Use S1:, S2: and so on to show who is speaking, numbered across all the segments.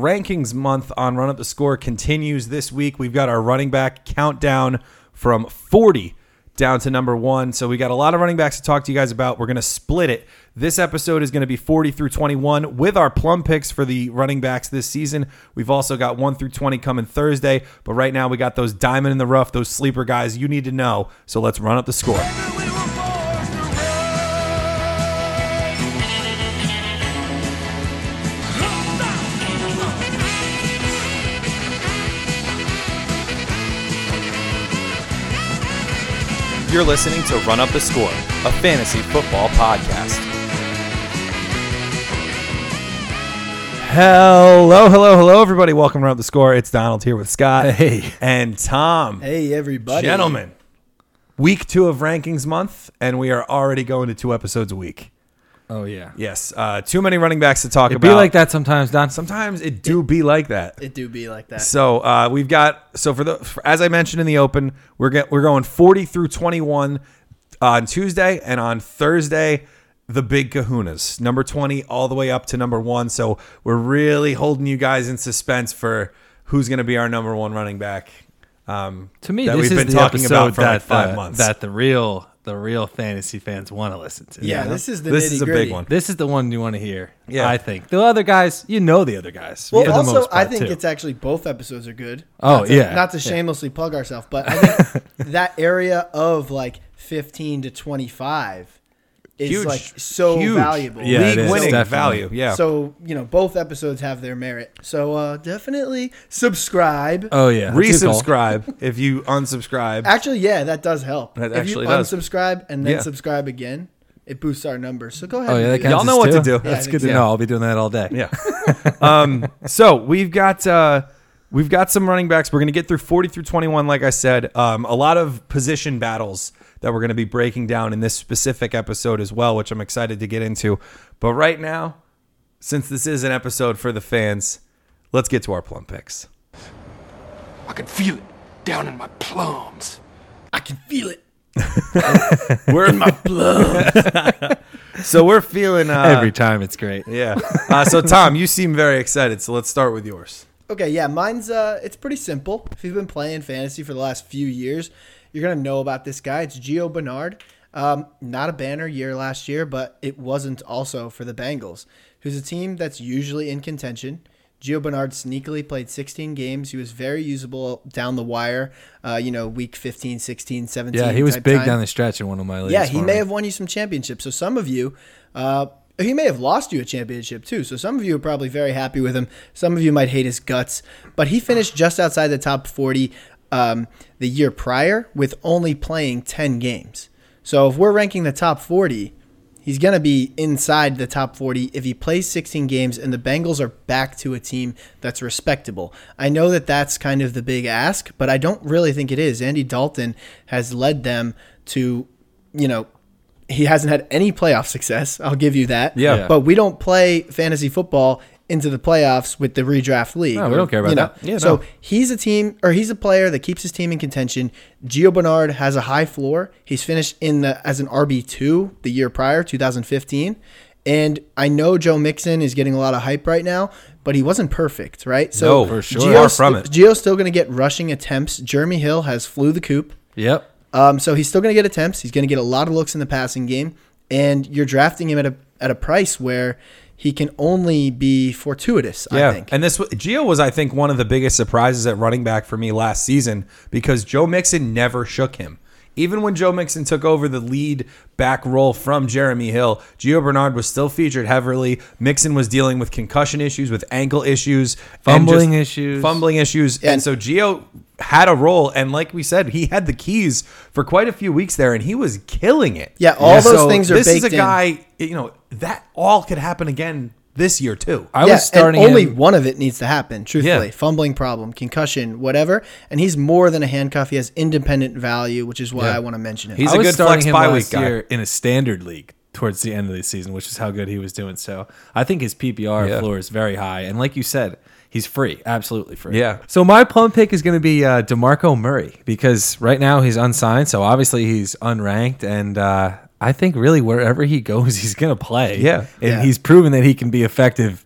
S1: rankings month on Run Up the Score continues this week. We've got our running back countdown from 40 down to number one. So we got a lot of running backs to talk to you guys about. We're going to split it. This episode is going to be 40 through 21 with our plum picks for the running backs this season. We've also got 1 through 20 coming Thursday. But right now, we got those diamond in the rough, those sleeper guys you need to know. So let's run up the score. You're listening to Run Up the Score, a fantasy football podcast. Hello, hello, hello, everybody. Welcome to Run Up the Score. It's Donald here with Scott
S2: Hey.
S1: and Tom.
S2: Hey, everybody.
S1: Gentlemen, week two of rankings month, and we are already going to two episodes a week.
S2: Oh, yeah.
S1: Yes, uh, too many running backs to talk
S3: It
S1: about.
S3: be like that sometimes, Don.
S1: Sometimes it do be like that.
S4: It do be like that.
S1: So uh, we've got so for the for, as I mentioned in the open, we're get, we're going 40 through 21 on Tuesday and on Thursday the big kahunas number 20 all the way up to number one so we're really holding you guys in suspense for who's going to be our number one running back um,
S3: to me,
S1: that
S3: this
S1: we've
S3: is
S1: been
S3: the
S1: talking about
S3: episode
S1: for
S3: that
S1: like five
S3: the,
S1: months
S3: that the real the real fantasy fans want to listen to.
S4: Yeah, this is the
S1: this is a
S4: nitty-gritty.
S1: big one
S3: This is the one you want to hear.
S1: Yeah.
S3: I think the other guys, you know, the other guys.
S4: Well,
S3: for the
S4: also,
S3: most
S4: I
S3: part,
S4: think
S3: too.
S4: it's actually both episodes are good.
S3: Oh,
S4: Not to-
S3: yeah.
S4: Not to
S3: Yeah.
S4: shamelessly plug ourselves, but I think that area of like 15 to 25 is
S1: Huge.
S4: like so
S1: Huge.
S4: valuable.
S3: Yeah, it
S1: league
S3: is,
S1: winning
S3: definitely.
S1: value yeah
S4: So, you know, both episodes have their merit. So, uh, definitely subscribe.
S3: oh yeah, that's a good call.
S1: resubscribe if you unsubscribe
S4: actually, yeah, that does help.
S1: That
S4: if
S1: actually
S4: you
S1: does.
S4: unsubscribe and then
S1: Yeah.
S4: subscribe again, it boosts our numbers. So go ahead.
S3: Oh yeah,
S4: and
S3: that
S4: do
S3: counts
S1: Y'all
S3: as
S1: know what to
S3: two?
S1: do. Yeah, I
S3: That's
S4: think
S3: good to
S4: so.
S3: know. I'll be doing that all day.
S1: Yeah. um, so we've got uh, we've got some running backs. We're going to get through forty through twenty one, like I said. Um, a lot of position battles that we're going to be breaking down in this specific episode as well, which I'm excited to get into. But right now, since this is an episode for the fans, let's get to our plum picks.
S5: I can feel it down in my plums.
S4: I can feel it.
S1: We're in my blood. so we're feeling uh,
S3: Every time it's great.
S1: yeah. Uh, so Tom, you seem very excited. So let's start with yours.
S4: Okay, yeah, mine's uh it's pretty simple. If you've been playing fantasy for the last few years, you're gonna know about this guy. It's Gio Bernard. Um, not a banner year last year, but it wasn't also for the Bengals, who's a team that's usually in contention. Gio Bernard sneakily played 16 games. He was very usable down the wire, uh, you know, week 15, 16, 17.
S3: Yeah, he was
S4: type
S3: big
S4: time.
S3: down the stretch in one of my leagues.
S4: Yeah, he
S3: for
S4: may
S3: me.
S4: have won you some championships. So some of you, uh, he may have lost you a championship too. So some of you are probably very happy with him. Some of you might hate his guts, but he finished just outside the top 40 um, the year prior with only playing 10 games. So if we're ranking the top 40, he's going to be inside the top 40 if he plays 16 games and the Bengals are back to a team that's respectable. I know that that's kind of the big ask, but I don't really think it is. Andy Dalton has led them to, you know, he hasn't had any playoff success. I'll give you that.
S1: Yeah. Yeah.
S4: But we don't play fantasy football into the playoffs with the redraft league.
S3: No, we don't care about
S4: You
S3: that.
S4: know, so he's a team or he's a player that keeps his team in contention. Gio Bernard has a high floor. He's finished in the as an RB two the year prior, 2015. And I know Joe Mixon is getting a lot of hype right now, but he wasn't perfect, right? So
S1: No, for sure.
S4: Gio's-
S1: Far from it.
S4: Gio's still going to get rushing attempts. Jeremy Hill has flew the coop.
S3: Yep.
S4: Um, so he's still going to get attempts. He's going to get a lot of looks in the passing game, and you're drafting him at a at a price where he can only be fortuitous. I think.
S1: And this Geo was, I think, one of the biggest surprises at running back for me last season because Joe Mixon never shook him. Even when Joe Mixon took over the lead back role from Jeremy Hill, Gio Bernard was still featured heavily. Mixon was dealing with concussion issues, with ankle issues, and
S3: Fumbling issues.
S1: fumbling issues, and
S4: And-
S1: so Gio had a role. And like we said, he had the keys for quite a few weeks there, and he was killing it.
S4: Yeah, all those things are
S1: This is
S4: baked
S1: a
S4: in.
S1: guy, you know, that all could happen again this year too.
S3: I was starting
S4: and only
S3: him-
S4: one of it needs to happen. Truthfully,
S1: Yeah.
S4: fumbling problem, concussion, whatever, and he's more than a handcuff. He has independent value, which is why I want to mention him.
S1: He's
S3: I
S1: a
S3: was
S1: good
S3: starting
S1: flex
S3: him
S1: bye
S3: last
S1: week guy.
S3: year in a standard league towards the end of the season, which is how good he was doing. So I think his PPR
S1: Yeah.
S3: floor is very high, and like you said, he's free, absolutely free.
S1: Yeah.
S3: So my plum pick is going to be uh, Demarco Murray because right now he's unsigned, so obviously he's unranked, and uh, I think really wherever he goes, he's going to play.
S1: Yeah.
S3: and
S4: Yeah.
S3: he's proven that he can be effective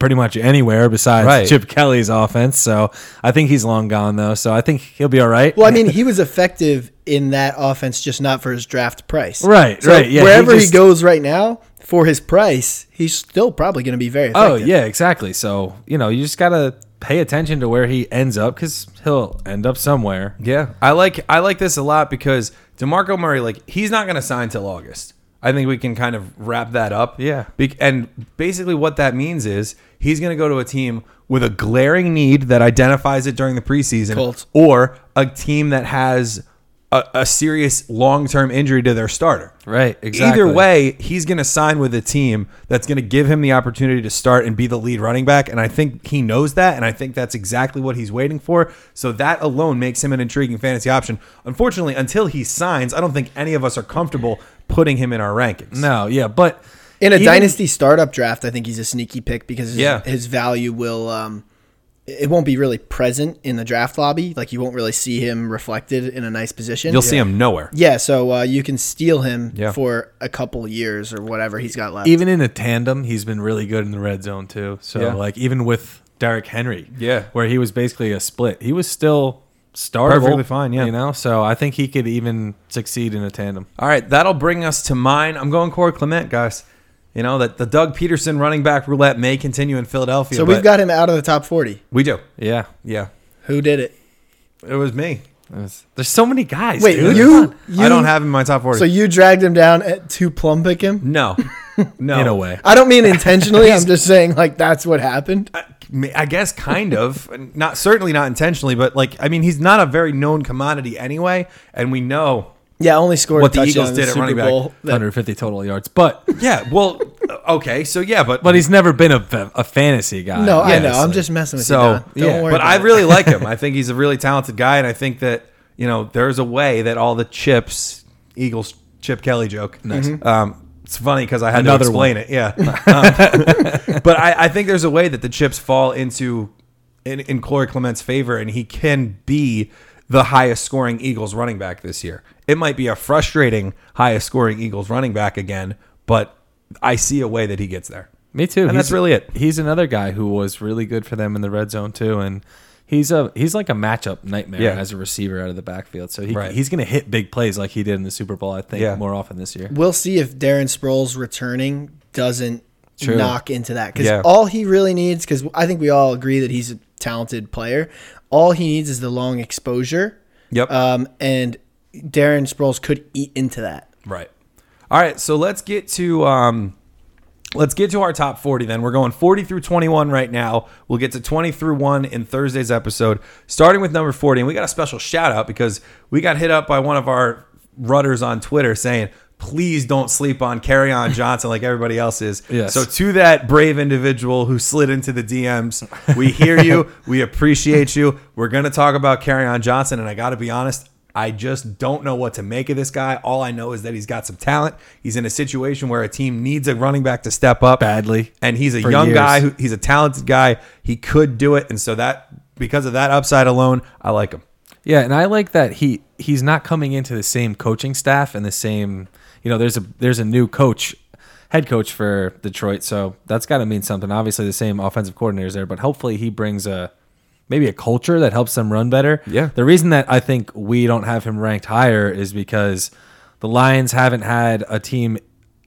S3: pretty much anywhere besides
S1: Right.
S3: Chip Kelly's offense. So I think he's long gone though. So I think he'll be all right.
S4: Well, I mean, he was effective in that offense, just not for his draft price.
S3: Right, right, yeah, he
S4: wherever he,
S3: just-
S4: goes right now for his price, he's still probably going to be very effective.
S3: Oh yeah, exactly. So you know, you just gotta pay attention to where he ends up because he'll end up somewhere.
S1: Yeah, I like I like this a lot because Demarco Murray, like he's not going to sign till August. I think we can kind of wrap that up.
S3: Yeah.
S1: Be- and basically, what that means is he's going to go to a team with a glaring need that identifies it during the preseason,
S4: Colts.
S1: or a team that has a, a serious long term injury to their starter.
S3: Right,
S1: Either
S3: exactly.
S1: way, he's going to sign with a team that's going to give him the opportunity to start and be the lead running back. And I think he knows that. And I think that's exactly what he's waiting for. So that alone makes him an intriguing fantasy option. Unfortunately, until he signs, I don't think any of us are comfortable putting him in our rankings.
S3: No, yeah, but
S4: In a
S3: even-
S4: dynasty startup draft, I think he's a sneaky pick because his,
S1: Yeah.
S4: his value will um, it won't be really present in the draft lobby. Like you won't really see him reflected in a nice position.
S1: You'll see him nowhere.
S4: Yeah, so uh, you can steal him
S1: Yeah.
S4: for a couple years or whatever he's got left.
S3: even in a tandem, he's been really good in the red zone too. So
S1: Yeah.
S3: like even with Derrick Henry,
S1: Yeah.
S3: where he was basically a split, he was still startable,
S1: Perfectly fine, yeah.
S3: you know. So I think he could even succeed in a tandem.
S1: All right, that'll bring us to mine. I'm going Corey Clement, guys. You know that the Doug Peterson running back roulette may continue in Philadelphia.
S4: so we've
S1: but-
S4: got him out of the top forty.
S1: we do.
S3: Yeah,
S1: Yeah,
S4: Who did it?
S1: it was me.
S3: there's so many guys.
S4: Wait,
S3: dude.
S4: you,
S1: I
S4: you-
S1: don't have him in my top forty.
S4: So you dragged him down at, to plum pick him.
S1: no, no,
S3: in a way.
S4: I don't mean intentionally. I'm just saying like that's what happened.
S1: I- I guess kind of not certainly not intentionally, but like I mean he's not a very known commodity anyway, and we know.
S4: Yeah, only scored
S1: What
S4: a
S1: the
S4: touchdown
S1: Eagles
S4: in the
S1: did at
S4: Super
S1: running back.
S4: Bowl. That-
S3: 150 total yards, but
S1: Yeah, well, okay, so yeah, but
S3: but he's never been a, a fantasy guy.
S4: no, I know.
S3: obviously.
S4: I'm just messing with you.
S1: so
S4: Don. Don't
S1: yeah,
S4: worry.
S1: but
S4: about
S1: I
S4: it.
S1: really like him. I think he's a really talented guy, and I think that you know there's a way that all the chips Eagles Chip Kelly joke. Nice. Um, it's funny because I had
S3: Another
S1: to explain
S3: one.
S1: it. Yeah, Um, but I, I think there's a way that the chips fall into in, in Corey Clement's favor, and he can be the highest scoring Eagles running back this year. It might be a frustrating highest scoring Eagles running back again, but I see a way that he gets there.
S3: Me too.
S1: And that's really it.
S3: He's another guy who was really good for them in the red zone too, and he's a he's like a matchup nightmare
S1: Yeah.
S3: as a receiver out of the backfield. So he,
S1: Right.
S3: he's going to hit big plays like he did in the Super Bowl. I think
S1: Yeah.
S3: more often this year.
S4: We'll see if Darren Sproles returning doesn't
S3: True.
S4: knock into that because
S1: Yeah.
S4: all he really needs, because I think we all agree that he's a talented player. All he needs is the long exposure.
S1: Yep.
S4: Um, and Darren Sproles could eat into that.
S1: Right. All right. So let's get to um, let's get to our top forty. Then we're going forty through twenty-one right now. We'll get to twenty through one in Thursday's episode, starting with number forty. And we got a special shout out because we got hit up by one of our rudders on Twitter saying. Please don't sleep on Carry On Johnson like everybody else is.
S3: Yes.
S1: So to that brave individual who slid into the DMs, we hear you. we appreciate you. We're going to talk about Carry On Johnson. And I got to be honest, I just don't know what to make of this guy. All I know is that he's got some talent. He's in a situation where a team needs a running back to step up
S3: Badly.
S1: And he's a
S3: For
S1: young
S3: years.
S1: guy. Who, he's a talented guy. He could do it. And so that, because of that upside alone, I like him.
S3: Yeah, and I like that he he's not coming into the same coaching staff and the same. You know, there's a there's a new coach, head coach for Detroit, so that's got to mean something. Obviously, the same offensive coordinators there, but hopefully he brings a maybe a culture that helps them run better.
S1: Yeah.
S3: The reason that I think we don't have him ranked higher is because the Lions haven't had a team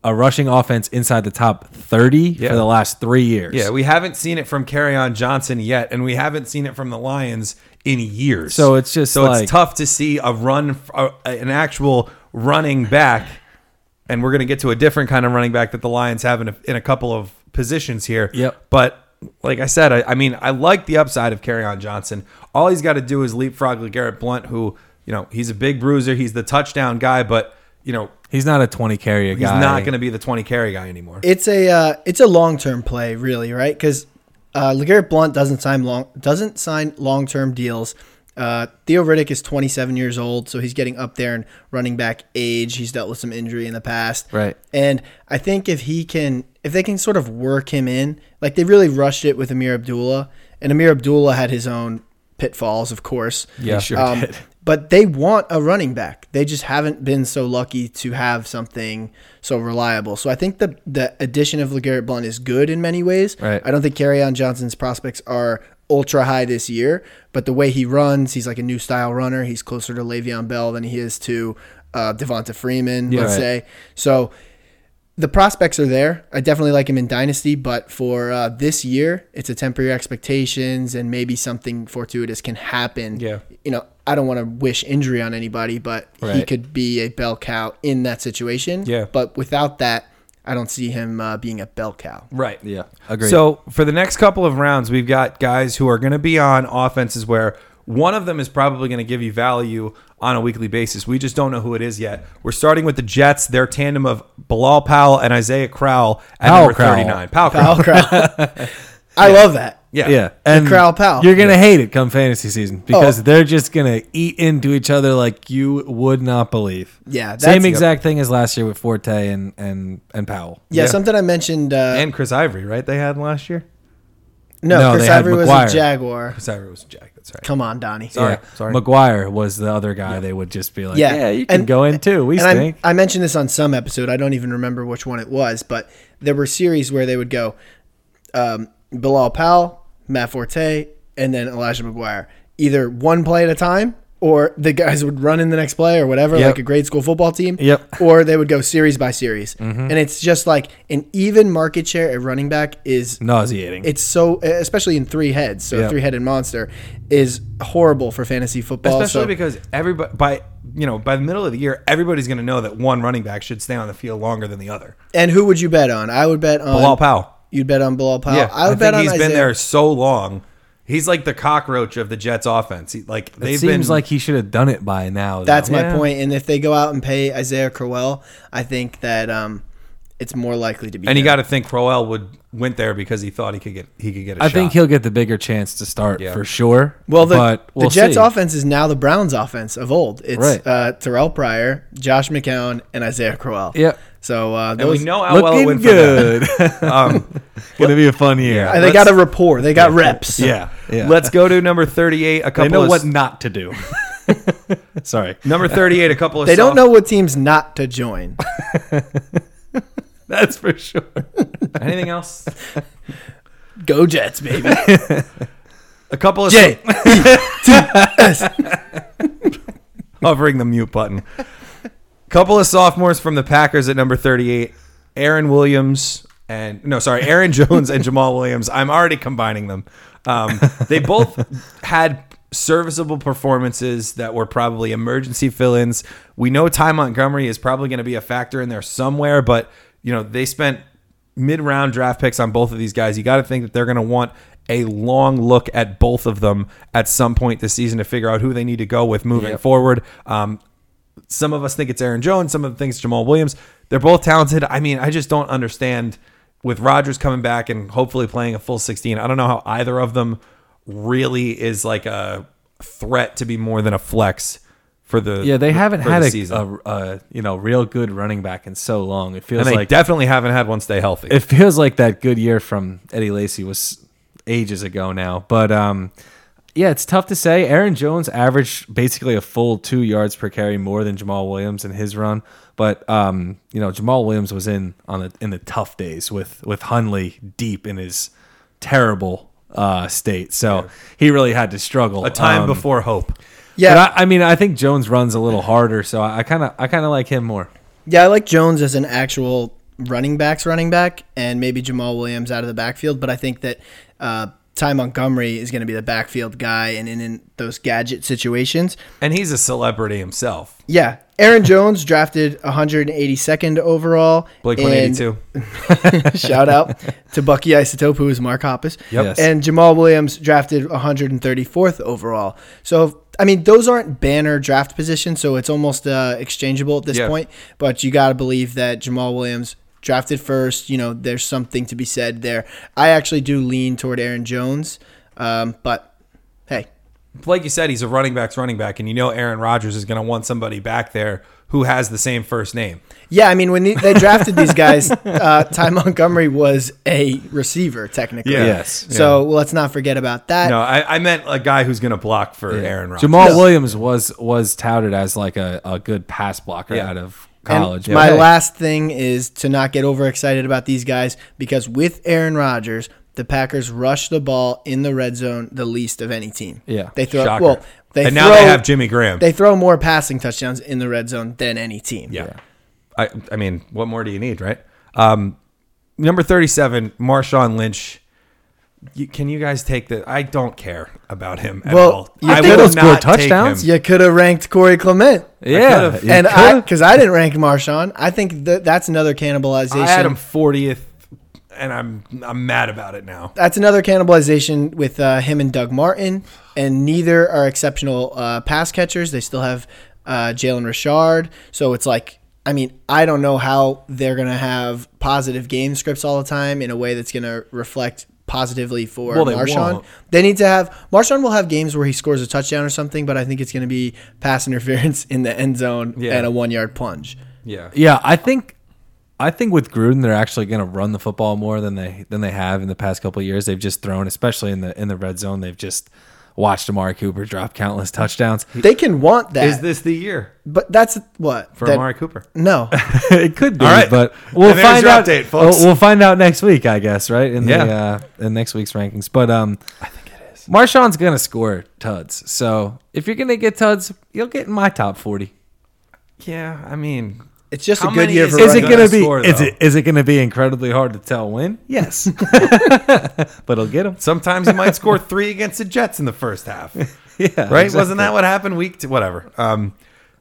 S3: a rushing offense inside the top 30
S1: Yeah.
S3: for the last 3 years.
S1: Yeah, we haven't seen it from Carry On Johnson yet, and we haven't seen it from the Lions in years.
S3: So it's just
S1: so
S3: like-
S1: it's tough to see a run, a, an actual running back, and we're going to get to a different kind of running back that the Lions have in a, in a couple of positions here.
S3: Yep.
S1: But like I said, I, I mean, I like the upside of Carry On Johnson. All he's got to do is leapfrog LeGarrette Blunt, who you know he's a big bruiser, he's the touchdown guy, but you know
S3: He's not a 20 carry
S1: he's
S3: guy.
S1: not going to be the twenty carry guy anymore.
S4: It's a uh, it's a long term play, really, right? Because uh, Legarrette Blunt doesn't sign long doesn't sign long term deals. Uh, Theo Riddick is 27 years old, so he's getting up there in running back age. He's dealt with some injury in the past,
S3: Right.
S4: And I think if he can, if they can sort of work him in, like they really rushed it with Amir Abdullah, and Amir Abdullah had his own pitfalls, of course.
S3: Yeah, sure
S4: Um,
S3: did.
S4: But they want a running back. They just haven't been so lucky to have something so reliable. So I think the the addition of LeGarrette Blunt is good in many ways.
S3: Right.
S4: I don't think on Johnson's prospects are ultra high this year, but the way he runs, he's like a new style runner. He's closer to Le'Veon Bell than he is to uh, Devonta Freeman, let's
S3: right.
S4: say. So the prospects are there. I definitely like him in Dynasty, but for uh, this year, it's a temporary expectations and maybe something fortuitous can happen.
S1: Yeah.
S4: You know, I don't want to wish injury on anybody, but he
S3: Right.
S4: could be a bell cow in that situation.
S1: Yeah.
S4: But without that, I don't see him uh, being a bell cow.
S1: Right.
S3: Yeah, agreed.
S1: So for the next couple of rounds, we've got guys who are going to be on offenses where one of them is probably going to give you value on a weekly basis. We just don't know who it is yet. We're starting with the Jets, their tandem of Bilal Powell and Isaiah Crowell at
S3: Powell
S1: number
S3: Crowell.
S1: 39. Powell Crowell.
S4: Bell cow. I love that.
S1: Yeah.
S3: yeah,
S4: And Crowell Powell.
S3: You're gonna hate it come fantasy
S4: Oh.
S3: season because they're just gonna eat into each other like you would not believe.
S4: Yeah,
S3: same
S4: that's-
S3: exact thing as last year with Forte and and and Powell.
S4: Yeah,
S1: Yeah.
S4: something I mentioned. Uh,
S1: And Chris Ivory, right? They had last year.
S4: no,
S3: No,
S4: Chris
S3: they had
S4: Ivory was
S3: McGuire.
S4: a Jaguar.
S1: Chris Ivory was Jack. That's right.
S4: Come on, Donnie.
S1: Sorry,
S3: yeah.
S1: sorry.
S3: McGuire was the other guy. They would just be like, yeah,
S4: Yeah.
S3: you can
S4: And-
S3: go in too. We
S4: and I'm-
S3: stink.
S4: I mentioned this on some episode. I don't even remember which one it was, but there were series where they would go um, Bilal Powell, Matt Forte, and then Elijah McGuire. Either one play at a time, or the guys would run in the next play or whatever,
S3: Yep.
S4: like a grade school football team.
S3: Yep. Mm-hmm.
S4: Or they would go series by series. And it's just like an even market share at running back is
S3: Nauseating.
S4: it's so especially in three heads so
S3: Yeah.
S4: three headed monster is horrible for fantasy football
S1: Especially
S4: so-
S1: because everybody by you know by the middle of the year, everybody's going to know that one running back should stay on the field longer than the other.
S4: and who would you bet on i would bet on
S1: Bilal Powell.
S4: you'd bet on bilal powell
S1: Yeah,
S4: i would bet
S1: think
S4: on
S1: he's
S4: Isaiah.
S1: been there so long. He's like the cockroach of the Jets offense. He, like
S3: it
S1: they've
S3: seems
S1: been
S3: like he should have done it by now.
S4: that's
S3: though.
S4: my
S1: Yeah.
S4: point and if they go out and pay isaiah crowell i think that um it's more likely to be
S1: and you
S4: him.
S1: got to think Crowell would went there because he thought he could get he could get a
S3: I
S1: shot.
S3: think he'll get the bigger chance to start
S1: Yeah.
S3: for sure.
S4: well the,
S3: but we'll
S4: the jets
S3: see.
S4: offense is now the browns offense of old it's
S3: Right.
S4: uh terrell pryor josh mccown and isaiah crowell
S3: Yep.
S4: so uh
S1: and we
S4: those,
S1: know how Oh, well it
S3: Looking
S1: went
S3: good.
S1: for them. Um,
S3: Gonna be a fun year.
S1: Yeah.
S4: and they
S1: let's-
S4: got a rapport they got reps
S3: Yeah, yeah.
S1: Let's go to number thirty-eight. A
S3: they
S1: couple.
S3: know
S1: of,
S3: what not to do. Sorry.
S1: Number thirty-eight. A couple of.
S4: they don't
S1: soft-
S4: know what teams not to join
S3: That's for sure.
S1: anything else.
S4: go jets baby E
S1: A couple of
S4: Jay.
S1: hovering the mute button. Couple of sophomores from the Packers at number 38, Aaron Williams and no, sorry, Aaron Jones and Jamal Williams. I'm already combining them. Um, they both had serviceable performances that were probably emergency fill-ins. We know Ty Montgomery is probably going to be a factor in there somewhere, but you know they spent mid-round draft picks on both of these guys. You got to think that they're going to want a long look at both of them at some point this season to figure out who they need to go with moving forward. Um, some of us think it's Aaron Jones, some of them think it's Jamal Williams. They're both talented. I mean, I just don't understand with Rodgers coming back and hopefully playing a full 16. I don't know how either of them really is like a threat to be more than a flex for the
S3: Yeah, they haven't
S1: for
S3: had
S1: the
S3: a, uh,
S1: season.
S3: a, a you know real good running back in so long. It feels
S1: and they
S3: like
S1: definitely haven't had one stay healthy.
S3: it feels like that good year from Eddie Lacy was ages ago now. But um, yeah, it's tough to say. Aaron Jones averaged basically a full two yards per carry more than Jamal Williams in his run. But um, you know, Jamal Williams was in on the in the tough days with with Hunley deep in his terrible uh, state. So he really had to struggle.
S1: a time
S3: Um,
S1: before hope.
S4: yeah
S3: But I, I mean, I think Jones runs a little harder, so I kind of, I kind of like him more.
S4: Yeah, I like Jones as an actual running back's running back, and maybe Jamal Williams out of the backfield. But I think that uh, Ty Montgomery is going to be the backfield guy, and in, in those gadget situations,
S1: And he's a celebrity himself.
S4: yeah. Aaron Jones drafted 182nd overall.
S1: Blake
S4: and-
S1: 182.
S4: shout out to Bucky Isotope, who is Mark Hoppus.
S3: Yes.
S4: And Jamal Williams drafted 134th overall. So, I mean, those aren't banner draft positions, so it's almost uh, exchangeable at this
S1: Yeah.
S4: point. But you got to believe that Jamal Williams drafted first. You know, there's something to be said there. I actually do lean toward Aaron Jones, um, but hey,
S1: like you said, he's a running back's running back, and you know Aaron Rodgers is going to want somebody back there who has the same first name.
S4: Yeah, I mean, when the- they drafted these guys, uh, Ty Montgomery was a receiver technically.
S1: Yeah.
S3: Yes.
S4: So let's not forget about that.
S1: No, I, I meant a guy who's going to block for Aaron Rodgers.
S3: Jamal Williams was was touted as like a, a good pass blocker
S1: Yeah.
S3: out of
S4: And
S3: college.
S4: my
S3: but-
S4: last thing is to not get overexcited about these guys because with Aaron Rodgers, the Packers rush the ball in the red zone the least of any team.
S3: Yeah.
S4: they throw
S1: Shocker.
S4: uh, well. They
S1: and
S4: throw,
S1: now they have Jimmy Graham.
S4: They throw more passing touchdowns in the red zone than any team.
S1: yeah. I, I mean, what more do you need, right? Um, number 37, Marshawn Lynch. You, can you guys take the? I don't care about him at
S4: Well,
S1: all.
S4: you
S1: I
S4: think-
S1: will
S3: Score
S1: not take
S3: touchdowns?
S1: him.
S4: You could have ranked Corey Clement.
S3: yeah,
S1: could've-
S3: you
S4: and I,
S3: could've-
S4: because I didn't rank Marshawn, I think that that's another cannibalization.
S1: I had him 40th, and I'm I'm mad about it now.
S4: That's another cannibalization with uh, him and Doug Martin, and neither are exceptional uh, pass catchers. They still have uh, Jalen Richard, so it's like, I mean, I don't know how they're gonna have positive game scripts all the time in a way that's gonna reflect positively for
S1: Well, they
S4: Marshawn.
S1: won't.
S4: They need to have Marshawn will have games where he scores a touchdown or something, but I think it's gonna be pass interference in the end zone
S1: Yeah.
S4: and a one yard plunge.
S1: Yeah.
S3: yeah. I think I think with Gruden, they're actually going to run the football more than they than they have in the past couple of years. They've just thrown, especially in the in the red zone. They've just watched Amari Cooper drop countless touchdowns.
S4: They can want that,
S1: Is this the year
S4: but that's what
S1: for
S4: That-
S1: Amari Cooper?
S4: No,
S3: it could be,
S1: All right.
S3: but we'll
S1: And there's
S3: find
S1: your
S3: out.
S1: update, folks.
S3: We'll, we'll find out next week, I guess, right? In the
S1: Yeah.
S3: uh, in next week's rankings. But um, I think it is. Marshawn's gonna score tuds, so if you're gonna get tuds, you'll get in my top forty.
S1: Yeah, I mean,
S4: it's just
S1: How
S4: a good
S1: many
S4: year
S1: is
S4: for
S1: it
S3: Is it
S1: Right.
S3: gonna,
S1: Gonna
S3: be?
S1: score,
S3: is
S1: though.
S3: it is it gonna be incredibly hard to tell when? Yes, but he'll get him.
S1: sometimes he might score three against the Jets in the first half.
S3: Yeah,
S1: right?
S3: exactly.
S1: Wasn't that what happened week to whatever? Um,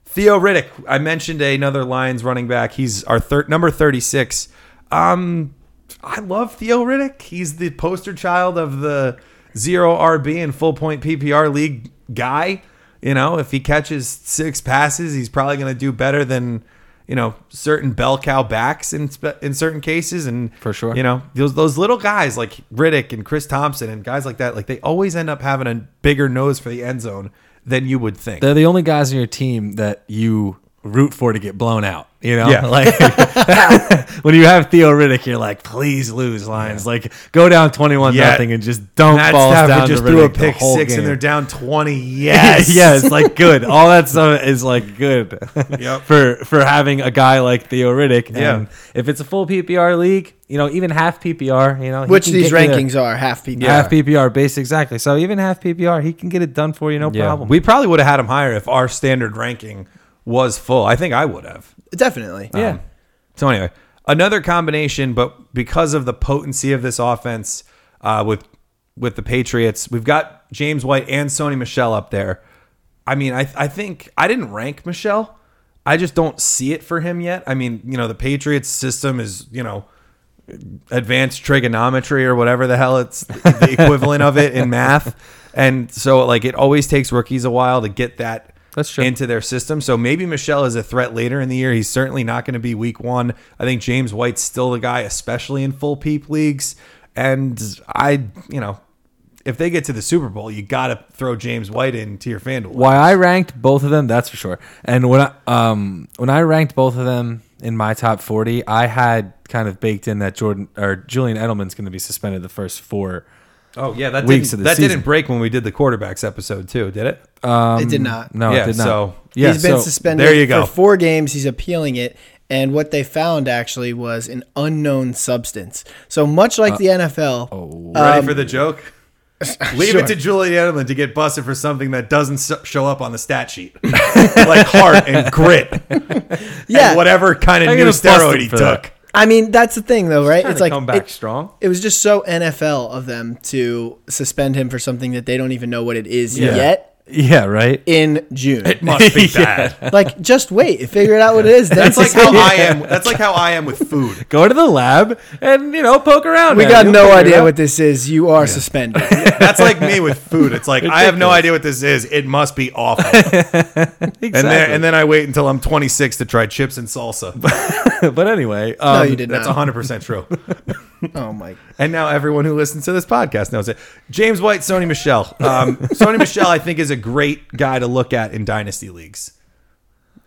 S1: Theo Riddick, I mentioned another Lions running back. He's our third number 36. Um, I love Theo Riddick. He's the poster child of the zero RB and full point PPR league guy. You know, if he catches six passes, he's probably going to do better than you know certain bell cow backs in spe- in certain cases. And
S3: For sure.
S1: you know know, those those little guys like Riddick and Chris Thompson and guys like that, like they always end up having a bigger nose for the end zone than you would think.
S3: They're the only guys on your team that you root for to get blown out. You know,
S1: Yeah.
S3: like when you have Theo Riddick, you're like, please lose, Lions. Like go down twenty-one
S1: Yeah.
S3: nothing and just don't
S1: Matt
S3: fall down
S1: Stafford
S3: to
S1: just
S3: Riddick
S1: threw a
S3: the
S1: pick
S3: whole
S1: six
S3: game.
S1: and they're down twenty. Yes,
S3: Yes. yes, like good. All that stuff is like good
S1: Yep.
S3: for for having a guy like Theo Riddick. And
S1: Yeah.
S3: if it's a full PPR league, you know, even half PPR, you know, he
S4: which
S3: can
S4: these
S3: get you there.
S4: rankings are half people.
S3: half PPR base exactly. So even half PPR, he can get it done for you, no
S1: Yeah.
S3: problem.
S1: We probably would have had him higher if our standard ranking was full. I think I would have.
S4: Definitely.
S3: yeah.
S1: um, So anyway, another combination, but because of the potency of this offense uh, with with the Patriots, we've got James White and Sony Michelle up there. I mean, I I think I didn't rank Michelle. I just don't see it for him yet. I mean, you know, the Patriots system is you know advanced trigonometry or whatever the hell it's the equivalent of it in math. And so like it always takes rookies a while to get that
S3: That's true.
S1: into their system. So maybe Michelle is a threat later in the year. He's certainly not going to be week one. I think James White's still the guy, especially in full peep leagues. And I, you know, if they get to the Super Bowl, you got to throw James White into your FanDuel.
S3: Why I ranked both of them, that's for sure. And when I um when I ranked both of them in my top forty, I had kind of baked in that Jordan or Julian Edelman's going to be suspended the first four.
S1: Oh yeah, that
S3: Weeks
S1: didn't,
S3: of the
S1: that
S3: season.
S1: didn't break when we did the quarterbacks episode too, did it?
S4: it did not.
S3: Um, No,
S1: Yeah,
S3: it did not.
S1: so-
S3: yeah,
S4: he's been
S3: so-
S4: suspended
S1: there you go.
S4: for four games. He's appealing it. And what they found actually was an unknown substance. So much
S3: Uh,
S4: like the NFL,
S3: oh.
S1: Ready for the joke? Leave
S4: Um, sure.
S1: it to Julian Edelman to get busted for something that doesn't s- show up on the stat sheet, like heart and grit,
S4: yeah.
S1: whatever kind of
S3: I'm
S1: new
S3: gonna bust him
S1: steroid he
S3: for
S1: took.
S3: that.
S4: I mean, that's the thing, though, right? It's
S3: to
S4: like
S3: come back
S4: it-
S3: strong.
S4: It was just so NFL of them to suspend him for something that they don't even know what it is
S3: Yeah.
S4: yet
S3: yeah, right.
S4: in June.
S1: Must be bad.
S4: like, just wait, figure it out what it is. Then
S1: That's like how I am. That's like how I am with food.
S3: Go to the lab and you know poke around.
S4: we
S3: at it.
S4: got
S3: You'll
S4: no
S3: figure it
S4: idea
S3: out.
S4: what this is. You are suspended.
S1: That's like me with food. It's like I have no idea what this is. It must be awful. And then and then I wait until I'm 26 to try chips and salsa.
S3: but anyway,
S4: no,
S3: um,
S4: you did
S1: That's
S4: not.
S1: 100 percent true.
S4: Oh my!
S1: And now everyone who listens to this podcast knows it. James White, Sony Michelle. Um, Sony Michelle, I think, is a great guy to look at in dynasty leagues.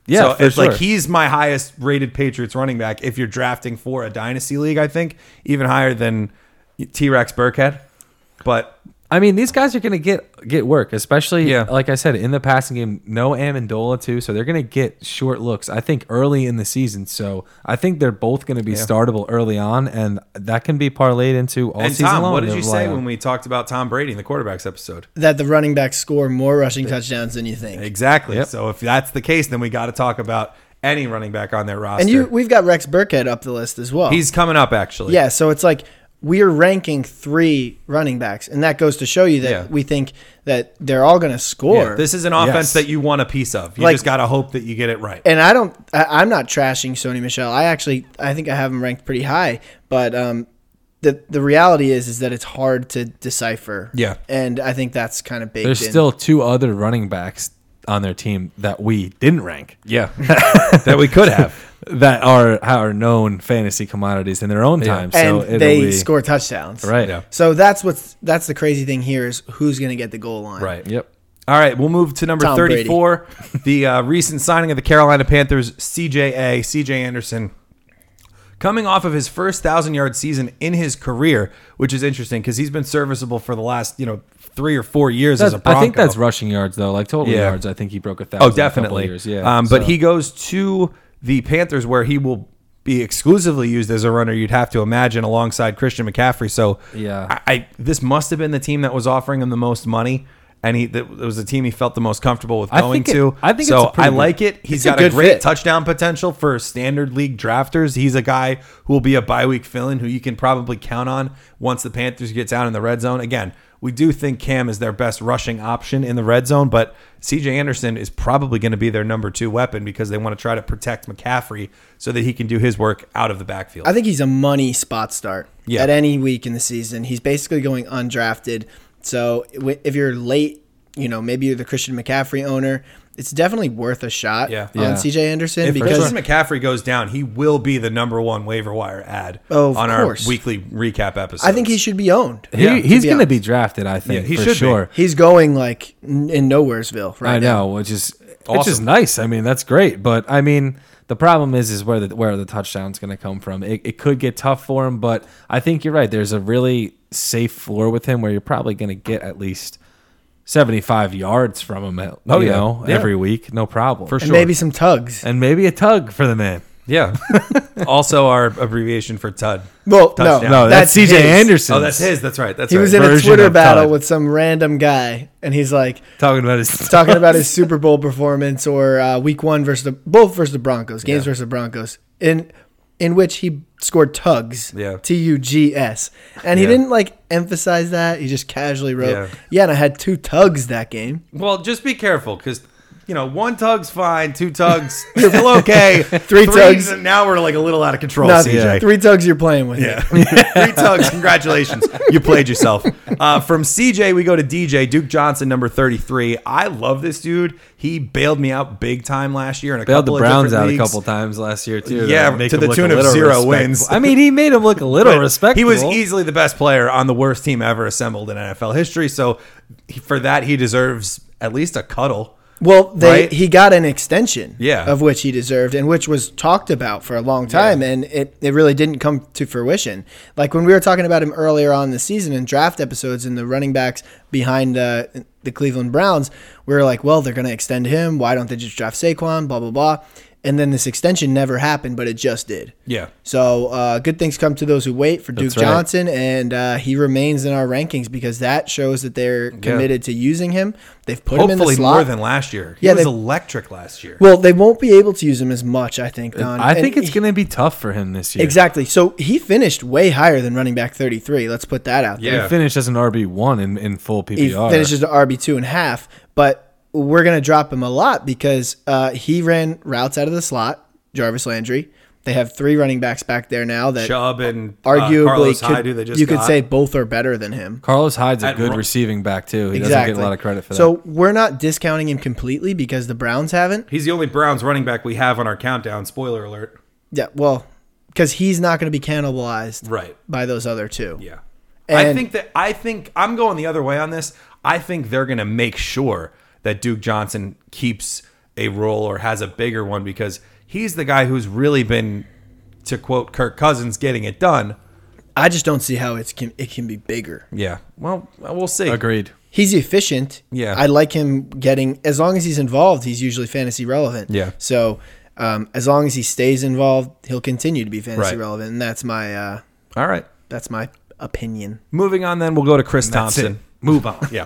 S3: Yeah,
S1: so
S3: for
S1: it's like
S3: sure.
S1: he's my highest rated Patriots running back. If you're drafting for a dynasty league, I think even higher than T Rex Burkhead. But
S3: I mean, these guys are going to get get work, especially
S1: Yeah.
S3: like I said in the passing game. No Amendola too, so they're going to get short looks. I think early in the season, so I think they're both going to be startable early on, and that can be parlayed into all
S1: and
S3: season
S1: Tom,
S3: long.
S1: what did
S3: to
S1: you
S3: rely
S1: say
S3: on.
S1: when we talked about Tom Brady in the quarterbacks episode?
S4: that the running backs score more rushing touchdowns than you think.
S1: Exactly.
S3: Yep.
S1: So if that's the case, then we got to talk about any running back on their roster.
S4: And you, we've got Rex Burkhead up the list as well.
S1: he's coming up actually.
S4: yeah, so it's like we're ranking three running backs, and that goes to show you that
S1: Yeah.
S4: we think that they're all going to score.
S1: Yeah, this is an offense
S3: Yes.
S1: that you want a piece of. You
S4: Like-
S1: just got to hope that you get it right.
S4: and I don't. I, I'm not trashing Sony Michelle. I actually, I think I have him ranked pretty high. But um, the the reality is, is that it's hard to decipher.
S1: Yeah.
S4: and I think that's kind of baked.
S3: There's
S4: in.
S3: still two other running backs on their team that we didn't rank
S1: Yeah, that we could have.
S3: that are are known fantasy commodities in their own time.
S4: and
S3: so it'll
S4: they
S3: be,
S4: score touchdowns.
S3: right.
S1: Yeah.
S4: So that's what's that's the crazy thing here is who's going to get the goal line.
S1: Right.
S3: Yep.
S1: All right, we'll move to number
S4: Tom Brady.
S1: 34. the uh, recent signing of the Carolina Panthers, CJA, CJ Anderson. Coming off of his first thousand yard season in his career, which is interesting because he's been serviceable for the last, you know, three or four years as a
S3: That's-
S1: Bronco.
S3: I think that's rushing yards though, like total
S1: Yeah.
S3: yards. I think he broke a thousand.
S1: Oh,
S3: in a couple
S1: definitely.
S3: years, Yeah.
S1: Um, but
S3: so-
S1: he goes to the Panthers where he will be exclusively used as a runner. You'd have to imagine alongside Christian McCaffrey. So
S3: Yeah.
S1: I, I this must have been the team that was offering him the most money. And he, that was the team he felt the most comfortable with
S3: I
S1: going
S3: think it-
S1: to.
S3: I think
S1: so.
S3: it's a pretty
S1: I
S3: good-
S1: like it. He's
S4: a
S1: got a,
S4: good
S1: great
S4: fit.
S1: touchdown potential for standard league drafters. He's a guy who will be a bye week fill-in who you can probably count on once the Panthers get down in the red zone. Again, we do think Cam is their best rushing option in the red zone, but CJ Anderson is probably going to be their number two weapon because they want to try to protect McCaffrey so that he can do his work out of the backfield.
S4: I think he's a money spot start
S1: Yeah.
S4: at any week in the season. He's basically going undrafted. So wi- if you're late, you know, maybe you're the Christian McCaffrey owner, it's definitely worth a shot
S1: Yeah.
S4: on
S3: Yeah.
S4: CJ Anderson
S1: if
S4: because
S1: Christian McCaffrey goes down, he will be the number one waiver wire ad
S4: Oh, of
S1: on our
S4: course.
S1: weekly recap episode.
S4: I think he should be owned.
S3: He,
S1: Yeah, to
S3: he's
S4: be
S3: going to
S4: honest.
S3: be drafted, I think.
S1: Yeah, he
S3: for
S1: should be.
S3: sure.
S4: He's going like n- in nowheresville right
S3: I
S4: now.
S3: know, which is which is
S1: Awesome.
S3: nice. I mean, that's great. But I mean, the problem is is where the where the touchdown's going to come from. It, it could get tough for him, but I think you're right. There's a really safe floor with him where you're probably going to get at least 75 yards from him. at-
S1: Oh,
S3: you
S1: yeah.
S3: know,
S1: Yeah.
S3: every week, no problem.
S1: for
S4: And
S1: sure.
S4: maybe some tugs.
S3: and maybe a tug for the man.
S1: Yeah. also, our abbreviation for TUD.
S4: Well, no,
S1: Touchdown.
S3: No, that's,
S4: That's
S3: CJ
S4: his.
S3: Anderson.
S1: Oh, that's his. That's right. That's
S4: he was in
S1: right.
S4: a
S3: version
S4: Twitter
S3: of
S4: battle
S3: Todd.
S4: with some random guy, and he's like
S3: talking about his
S4: talking about his Super Bowl performance or uh, Week One versus the both versus the Broncos games versus the Broncos in in which he scored tugs,
S1: Yeah.
S4: T U G S, and he
S1: Yeah.
S4: didn't like emphasize that. He just casually wrote,
S1: Yeah.
S4: yeah. and I had two tugs that game.
S1: well, just be careful because. You know, one tug's fine, two tugs still okay,
S4: Three tugs.
S1: and Now we're like a little out of control,
S4: Not
S1: CJ.
S4: three tugs you're playing with.
S1: Yeah. Three tugs. Congratulations. You played yourself. Uh, from CJ, we go to DJ, Duke Johnson, number 33. I love this dude. He bailed me out big time last year in a
S3: bailed the
S1: couple
S3: Browns
S1: of
S3: out
S1: different
S3: a
S1: leagues.
S3: couple times last year too.
S1: Yeah,
S3: That make
S1: to
S3: him
S1: the
S3: look a
S1: tune of
S3: little
S1: zero
S3: respectable.
S1: wins.
S3: I mean, he made him look a little respectable.
S1: He was easily the best player on the worst team ever assembled in NFL history. So he- for that, he deserves at least a cuddle.
S4: Well, they
S1: Right?
S4: he got an extension,
S1: Yeah.
S4: of which he deserved, and which was talked about for a long time, and it, it really didn't come to fruition. Like when we were talking about him earlier on in the season in draft episodes, and the running backs behind uh, the Cleveland Browns, we were like, well, they're going to extend him. Why don't they just draft Saquon? Blah blah blah. And then this extension never happened, but it just did.
S1: Yeah.
S4: So uh, good things come to those who wait for Duke
S3: right.
S4: Johnson, and uh, he remains in our rankings because that shows that they're committed to using him. They've put him in the
S1: Hopefully
S4: slot.
S1: more than last year. He
S4: Yeah,
S1: was
S4: they-
S1: electric last year.
S4: Well, they won't be able to use him as much, I think, Don.
S3: Uh, I think
S4: And
S3: it's
S4: he-
S3: going to be tough for him this year.
S4: exactly. So he finished way higher than running back 33. Let's put that out there.
S1: Yeah.
S3: He finished as an RB one in, in full PPR.
S4: He finishes the RB two and a half, but we're going to drop him a lot because uh, he ran routes out of the slot. Jarvis Landry. They have three running backs back there now that
S1: Chubb and uh,
S4: arguably
S1: Carlos Hyde, who
S4: could,
S1: they just
S4: you could
S1: got.
S4: say both are better than him.
S3: Carlos Hyde's a
S1: At
S3: good
S1: ru-
S3: receiving back too. He doesn't get a lot of credit for that.
S4: So we're not discounting him completely because the Browns haven't.
S1: he's the only Browns running back we have on our countdown. Spoiler alert.
S4: Yeah, well, because he's not going to be cannibalized
S1: Right.
S4: by those other two.
S1: Yeah. I
S4: And-
S1: think that I think I'm going the other way on this. I think they're going to make sure that Duke Johnson keeps a role or has a bigger one because he's the guy who's really been, to quote Kirk Cousins, getting it done.
S4: I just don't see how it's can, it can be bigger.
S1: Yeah. Well, we'll see.
S3: Agreed.
S4: He's efficient.
S1: Yeah.
S4: I like him getting as long as he's involved. He's usually fantasy relevant.
S1: Yeah.
S4: So um, as long as he stays involved, he'll continue to be fantasy
S1: Right.
S4: relevant, and that's my uh,
S1: All right.
S4: that's my opinion.
S1: Moving on, then we'll go to Chris
S3: That's
S1: Thompson.
S3: it. Move on.
S1: Yeah.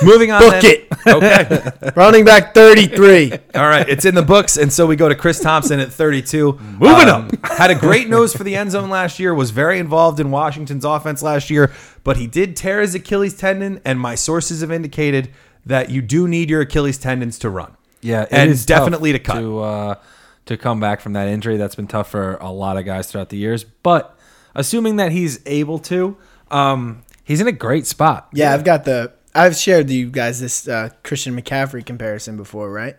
S1: Moving on.
S4: Book
S1: then-
S4: it.
S1: Okay.
S4: Running back thirty three.
S1: All right, it's in the books, and so we go to Chris Thompson at 32. Moving up, had a great nose for the end zone last year. Was very involved in Washington's offense last year, but he did tear his Achilles tendon, and my sources have indicated that you do need your Achilles tendons to run.
S3: Yeah, it
S1: and
S3: is tough
S1: definitely to cut.
S3: to uh, to come back from that injury. That's been tough for a lot of guys throughout the years. But assuming that he's able to, um, he's in a great spot.
S4: Yeah, I've got the. I've shared with you guys this uh, Christian McCaffrey comparison before, right?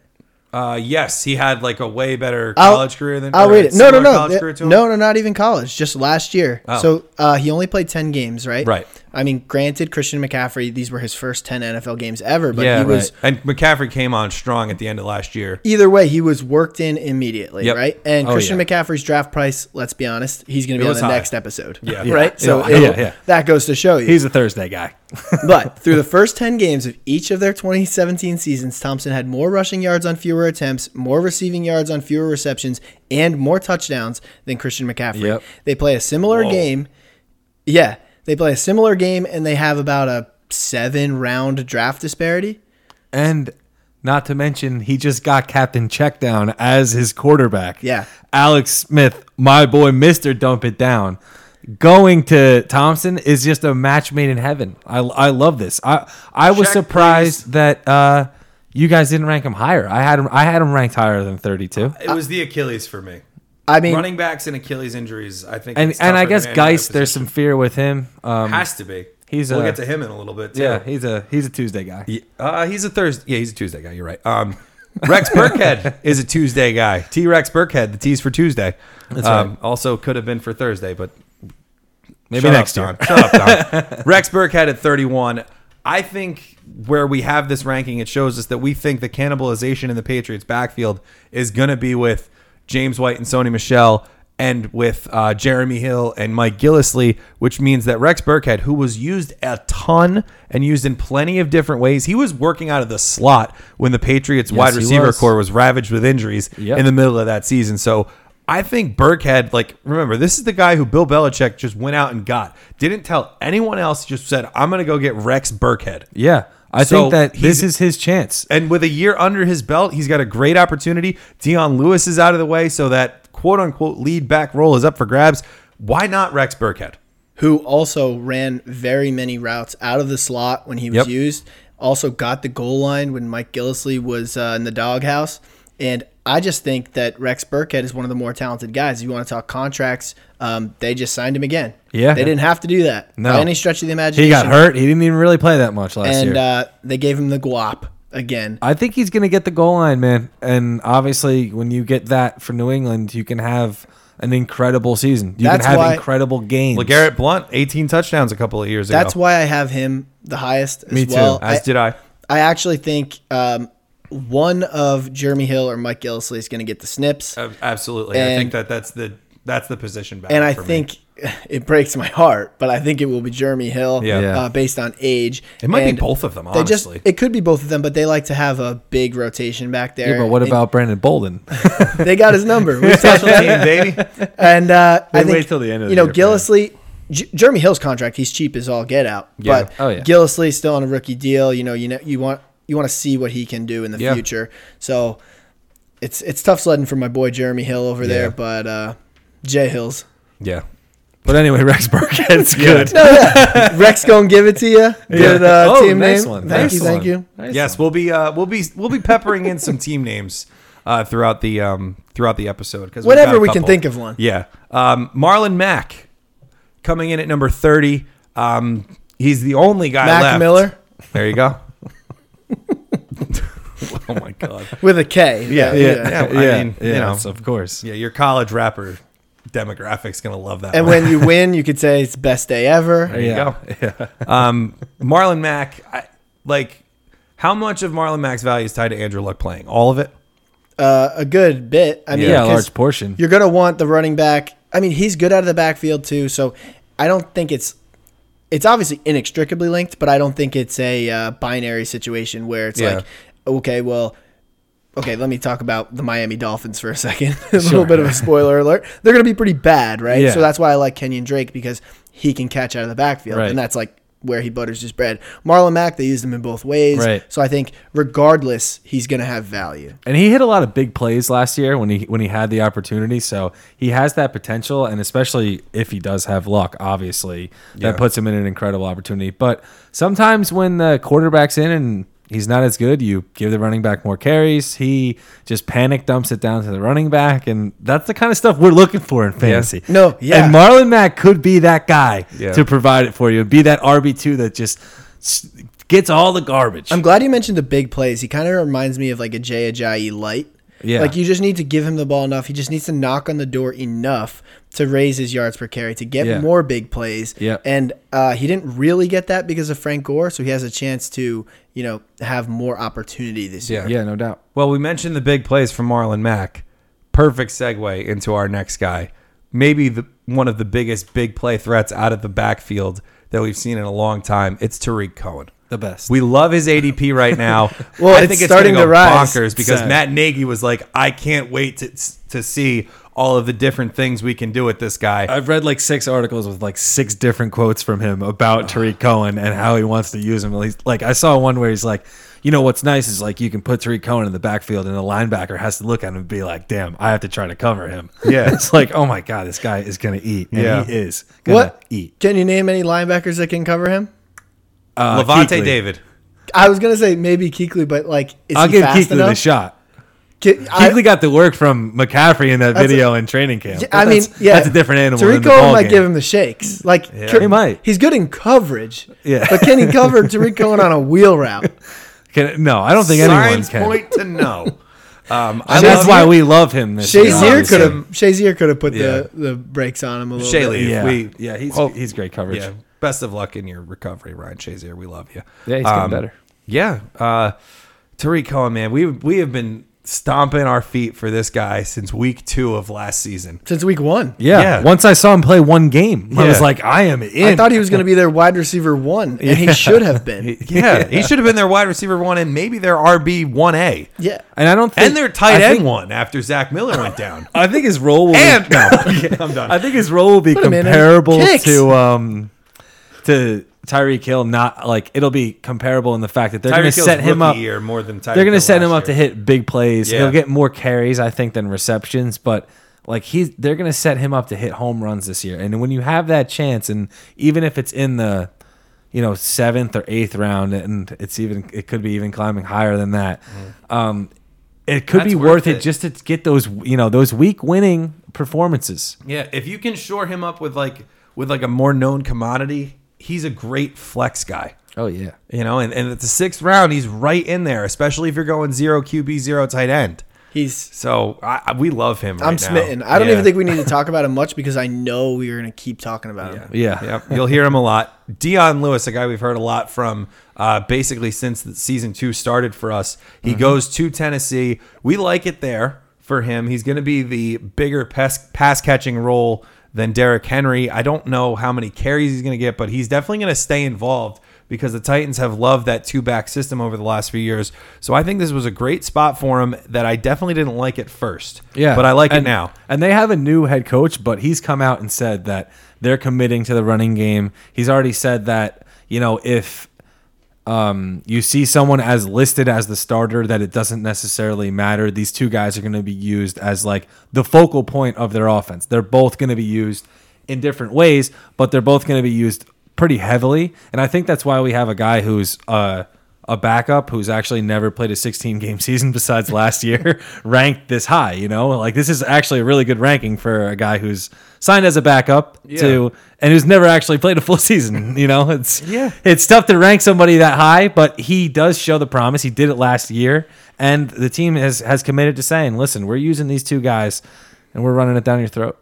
S1: Uh, yes, he had like a way better
S4: I'll-
S1: college career than.
S4: I'll
S1: or
S4: read it. No, no,
S1: similar
S4: no,
S1: college
S4: Th-
S1: career to him.
S4: no, no, not even college. Just last year.
S1: Oh.
S4: So uh, he only played ten games, right?
S1: Right.
S4: I mean, granted, Christian McCaffrey. These were his first ten NFL games ever, but
S1: Yeah,
S4: he was
S1: right. and McCaffrey came on strong at the end of last year.
S4: either way, he was worked in immediately,
S1: Yep.
S4: right? And
S3: Oh,
S4: Christian
S3: yeah.
S4: McCaffrey McCaffrey's draft price. Let's be honest, he's going
S1: It
S4: to be on
S1: was
S4: the
S1: high.
S4: next episode.
S1: Yeah.
S4: right.
S3: Yeah.
S4: So
S3: Yeah,
S4: it'll-
S3: yeah.
S4: that goes to show you
S3: He's a Thursday guy.
S4: but through the first 10 games of each of their 2017 seasons, Thompson had more rushing yards on fewer attempts, more receiving yards on fewer receptions, and more touchdowns than Christian McCaffrey.
S3: Yep.
S4: They play a similar game. Yeah, they play a similar game and they have about a 7 round draft disparity.
S3: And not to mention, he just got Captain Checkdown as his quarterback.
S4: Yeah.
S3: Alex Smith, my boy, Mr. Dump It Down. Going to Thompson is just a match made in heaven. I, I love this. I I was
S1: Check,
S3: surprised that uh, you guys didn't rank him higher. I had him I had him ranked higher than 32.
S1: It was the Achilles for me.
S4: I mean,
S1: Running backs and Achilles injuries, I think.
S3: And
S1: it's
S3: and I
S1: tougher
S3: guess
S1: than any
S3: Geist,
S1: other
S3: there's
S1: position.
S3: some fear with him. Um,
S1: has to be.
S3: He's
S1: We'll
S3: a-
S1: get to him in a little bit. Too.
S3: yeah, he's a he's a Tuesday guy.
S1: Yeah, Uh, he's a Thursday. Yeah, he's a Tuesday guy. You're right. Um, Rex Burkhead is a Tuesday guy. T Rex Burkhead. The T's for Tuesday. um, Also could have been for Thursday, but
S3: Maybe
S1: Shut
S3: next
S1: up,
S3: year.
S1: Don. Shut up, Don. Rex Burkhead at 31. I think where we have this ranking, it shows us that we think the cannibalization in the Patriots' backfield is going to be with James White and Sony Michelle and with uh, Jeremy Hill and Mike Gillisley, which means that Rex Burkhead, who was used a ton and used in plenty of different ways, he was working out of the slot when the Patriots' wide
S3: he
S1: receiver
S3: was.
S1: core was ravaged with injuries
S3: Yep.
S1: in the middle of that season. So I think Burkhead, like, remember, this is the guy who Bill Belichick just went out and got. Didn't tell anyone else, just said, I'm going to go get Rex Burkhead.
S3: Yeah. I
S1: So
S3: think that
S1: he's-
S3: this is his chance.
S1: And with a year under his belt, he's got a great opportunity. Deion Lewis is out of the way, so that quote unquote lead back role is up for grabs. Why not Rex Burkhead?
S4: who also ran very many routes out of the slot when he was
S1: Yep.
S4: used. Also got the goal line when Mike Gillisley was uh, in the doghouse. And I just think that Rex Burkhead is one of the more talented guys. If you want to talk contracts, um, they just signed him again.
S3: Yeah.
S4: They didn't have to do that
S3: No.
S4: by any stretch of the imagination.
S3: He got hurt. He didn't even really play that much last year. Oh,
S4: And uh, they gave him the guap again.
S3: I think he's going to get the goal line, man. And obviously, when you get that for New England, you can have an incredible season. You
S4: That's
S3: can have
S4: why-
S3: incredible games.
S1: LeGarrette Blunt, 18 touchdowns a couple of years ago.
S4: That's why I have him the highest as
S3: Me too.
S4: well.
S1: As did I.
S4: I actually think um, one of Jeremy Hill or Mike Gillisley is going to get the snips.
S3: Oh,
S1: Ab- Uh, Absolutely. I
S4: And-
S1: think that that's the that's the position back.
S4: and I
S1: for me.
S4: think it breaks my heart, but I think it will be Jeremy Hill,
S1: Yeah.
S3: Yeah.
S4: Uh, based on age.
S1: It might be
S4: And
S1: both of them,
S4: They just-
S1: honestly.
S4: it could be both of them, but they like to have a big rotation back there.
S3: Yeah, but what
S4: And
S3: about Brandon Bolden?
S4: they got his number? We've talked
S1: special
S4: about-
S1: team, baby.
S4: and uh, I
S3: They
S4: think
S3: wait till the end of
S4: you
S3: the
S4: know
S3: year for
S4: Gillisley. J- Jeremy Hill's contract, he's cheap as all get out.
S1: Yeah.
S4: But
S3: Oh, yeah.
S4: Gillisley's still on a rookie deal. You know, you know, you want you want to see what he can do in the
S1: Yeah.
S4: future. So it's it's tough sledding for my boy Jeremy Hill over
S1: Yeah.
S4: there, but uh, Jay Hills.
S1: Yeah.
S3: But anyway, Rex Burkhead's good.
S4: No, yeah. Rex gonna give it to you. Good uh,
S3: Oh,
S4: team
S3: nice
S4: name.
S3: one.
S4: Thank
S3: Nice
S4: you,
S3: one.
S4: thank you.
S3: Nice
S1: yes, we'll be uh, we'll be we'll be peppering in some team names uh, throughout the um, throughout the episode because
S4: Whenever we can think of one.
S1: Yeah, um, Marlon Mack coming in at number thirty. Um, he's the only guy.
S4: Mac
S1: left.
S4: Miller?
S1: There you go. oh my god.
S4: With a K.
S1: Yeah,
S3: Yeah,
S1: Yeah,
S3: yeah,
S1: I mean, you know.
S3: yes, of course.
S1: Yeah, your college rapper demographic's gonna love that.
S4: And
S1: one.
S4: when you win, you could say it's best day ever.
S1: There you
S3: Yeah.
S1: go. um, Marlon Mack, I, like, how much of Marlon Mack's value is tied to Andrew Luck playing? All of it?
S4: uh, a good bit. I mean,
S3: Yeah, a
S4: 'cause
S3: large portion.
S4: You're going to want the running back. I mean, he's good out of the backfield too. So I don't think it's it's obviously inextricably linked, but I don't think it's a uh, binary situation where it's
S3: Yeah.
S4: like, okay, well, okay, let me talk about the Miami Dolphins for a second. a little bit of a spoiler alert. They're going to be pretty bad, right?
S3: Yeah.
S4: So that's why I like Kenyon Drake because he can catch out of the backfield,
S3: Right.
S4: and that's like where he butters his bread. Marlon Mack, they used him in both ways.
S3: Right.
S4: So I think regardless, he's going to have value.
S3: And he hit a lot of big plays last year when he when he had the opportunity. So he has that potential, and especially if he does have luck, obviously
S1: Yeah.
S3: that puts him in an incredible opportunity. But sometimes when the quarterback's in and he's not as good, you give the running back more carries. He just panic dumps it down to the running back, and that's the kind of stuff we're looking for in fantasy.
S4: No, yeah.
S3: And Marlon Mack could be that guy
S1: Yeah.
S3: to provide it for you, be that RB two that just s- gets all the garbage.
S4: I'm glad you mentioned the big plays. He kind of reminds me of like a Jay Ajayi light.
S3: Yeah.
S4: Like you just need to give him the ball enough. He just needs to knock on the door enough to raise his yards per carry to get
S3: Yeah.
S4: more big plays.
S3: Yeah.
S4: And uh, he didn't really get that because of Frank Gore, so he has a chance to you know have more opportunity this year.
S3: yeah, no doubt.
S1: Well, we mentioned the big plays from Marlon Mack. Perfect segue into our next guy. Maybe the, one of the biggest big play threats out of the backfield that we've seen in a long time. It's Tariq Cohen.
S3: The best.
S1: We love his ADP right now.
S4: Well, it's starting
S1: gonna
S4: to rise.
S1: bonkers because
S3: So-
S1: Matt Nagy was like, I can't wait to, to see all of the different things we can do with this guy.
S3: I've read like six articles with like six different quotes from him about
S1: Uh-huh.
S3: Tariq Cohen and how he wants to use him. At least, like I saw one where he's like, you know what's nice is like you can put Tariq Cohen in the backfield and the linebacker has to look at him and be like, damn, I have to try to cover him.
S1: Yeah.
S3: it's like, oh my god, this guy is gonna eat. And
S1: Yeah.
S3: he is gonna
S4: What
S3: eat.
S4: Can you name any linebackers that can cover him?
S3: Uh,
S1: Levante
S3: Kuechly.
S1: David.
S4: I was gonna say maybe Keekly, but like is
S3: I'll
S4: he
S3: give
S4: fast
S3: Keekly the
S4: enough?
S3: shot.
S4: Ke- I-
S3: Keekly got the work from McCaffrey in that video in training camp.
S4: I
S3: But
S4: mean,
S3: that's-
S4: yeah,
S3: that's a different animal.
S4: Tariq
S3: than the
S4: Cohen
S3: ball
S4: might
S3: game.
S4: give him the shakes. Like
S3: He might.
S4: He's good in coverage.
S3: Yeah.
S4: but can he cover Tariq Cohen on a wheel route?
S3: Can, no, I don't think anyone
S1: Signs
S3: can.
S1: point to no. Um, I
S3: And that's
S1: love-
S3: why we love him. This year,
S4: Shazier
S3: obviously.
S4: could have Shazier could have put
S1: Yeah.
S4: the, the brakes on him a little
S1: Shaley.
S4: bit.
S3: Yeah,
S1: We-
S3: yeah, he's
S1: hope-
S3: he's great coverage.
S1: Yeah. Best of luck in your recovery, Ryan Shazier. We love you. Um,
S3: Yeah, he's getting better.
S1: Yeah. Uh, Tariq Cohen, man, we we have been stomping our feet for this guy since week two of last season.
S4: Since week one.
S3: Yeah.
S1: Yeah.
S3: Once I saw him play one game, I was
S1: Yeah.
S3: like, I am in.
S4: I thought he was going to be their wide receiver one, and he should have been.
S1: Yeah, he should have been their wide receiver one and maybe their RB one A
S4: Yeah,
S3: and I don't think
S1: and their tight
S3: I
S1: end
S3: think-
S1: one after Zach Miller went down.
S3: I think his role will
S1: and
S3: be,
S1: no, I'm done.
S3: I think his role will be
S4: him in.
S3: comparable
S4: Kicks.
S3: to um to Tyreek Hill. Not like it'll be comparable in the fact that they're going to
S1: Tyreek Hill's
S3: set him
S1: rookie
S3: up.
S1: year more than Tyreek
S3: they're going
S1: Hill
S3: to set him
S1: last
S3: up to
S1: year.
S3: hit big plays.
S1: Yeah.
S3: He'll get more carries, I think, than receptions. But like he's, they're going to set him up to hit home runs this year. And when you have that chance, and even if it's in the, you know, seventh or eighth round, and it's even, it could be even climbing higher than that. Um, it could
S1: That's
S3: be
S1: worth
S3: worth it,
S1: it.
S3: just to get those, you know, those weak winning performances.
S1: Yeah, if you can shore him up with like with like a more known commodity, he's a great flex guy.
S3: Oh yeah,
S1: You know, and, and at the sixth round, he's right in there, especially if you're going zero QB, zero tight end.
S4: he's.
S1: So I, I- we love him. Right
S4: I'm
S1: now.
S4: smitten. I don't
S1: Yeah.
S4: even think we need to talk about him much because I know we're going to keep talking about him.
S3: yeah.
S1: Yep, you'll hear him a lot. Dion Lewis, a guy we've heard a lot from, uh, basically since the season two started for us. He
S3: Mm-hmm.
S1: goes to Tennessee. We like it there for him. He's going to be the bigger pass pass catching role than Derrick Henry. I don't know how many carries he's going to get, but he's definitely going to stay involved because the Titans have loved that two back system over the last few years. So I think this was a great spot for him that I definitely didn't like at first.
S3: Yeah,
S1: but I like
S3: And-
S1: it now.
S3: And they have a new head coach, but he's come out and said that they're committing to the running game. He's already said that you know if um, you see someone as listed as the starter, that it doesn't necessarily matter. These two guys are going to be used as like the focal point of their offense. They're both going to be used in different ways, but they're both going to be used pretty heavily. And I think that's why we have a guy who's uh, a backup who's actually never played a 16 game season besides last year ranked this high. You know, like this is actually a really good ranking for a guy who's signed as a backup to and who's never actually played a full season. You know, it's
S1: Yeah.
S3: it's tough to rank somebody that high, but he does show the promise. He did it last year, and the team has has committed to saying, "Listen, we're using these two guys, and we're running it down your throat."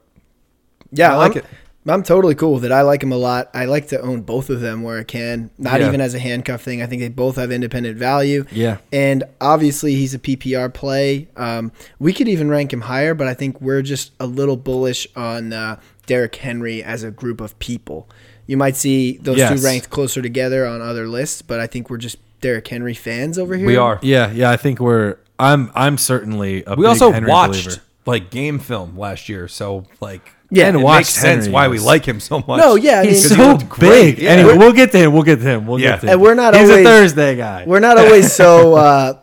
S4: Yeah,
S1: I like
S4: I'm-
S1: it.
S4: I'm totally cool with it. I like them a lot. I like to own both of them where I can, not
S3: Yeah.
S4: even as a handcuff thing. I think they both have independent value.
S3: Yeah.
S4: And obviously, he's a PPR play. Um, we could even rank him higher, but I think we're just a little bullish on uh, Derrick Henry as a group of people. You might see those
S3: Yes.
S4: two ranked closer together on other lists, but I think we're just Derrick Henry fans over here.
S1: We are.
S3: Yeah, yeah. I think we're. I'm. I'm certainly. A
S1: We
S3: big
S1: also
S3: Henry
S1: watched
S3: believer.
S1: like game film last year, so like
S4: Yeah,
S1: it
S4: and
S1: makes
S3: watched
S1: sense
S3: Henry
S1: why we
S3: was-
S1: like him so much.
S4: No, yeah, I mean-
S3: He's
S1: 'Cause he
S3: so
S1: looked great,
S3: big.
S1: yeah.
S3: Anyway, we'll get to him. We'll get to him. We'll
S1: Yeah.
S3: get to him.
S4: And we're not
S3: He's
S4: always-
S3: a Thursday guy.
S4: We're not always so. Uh,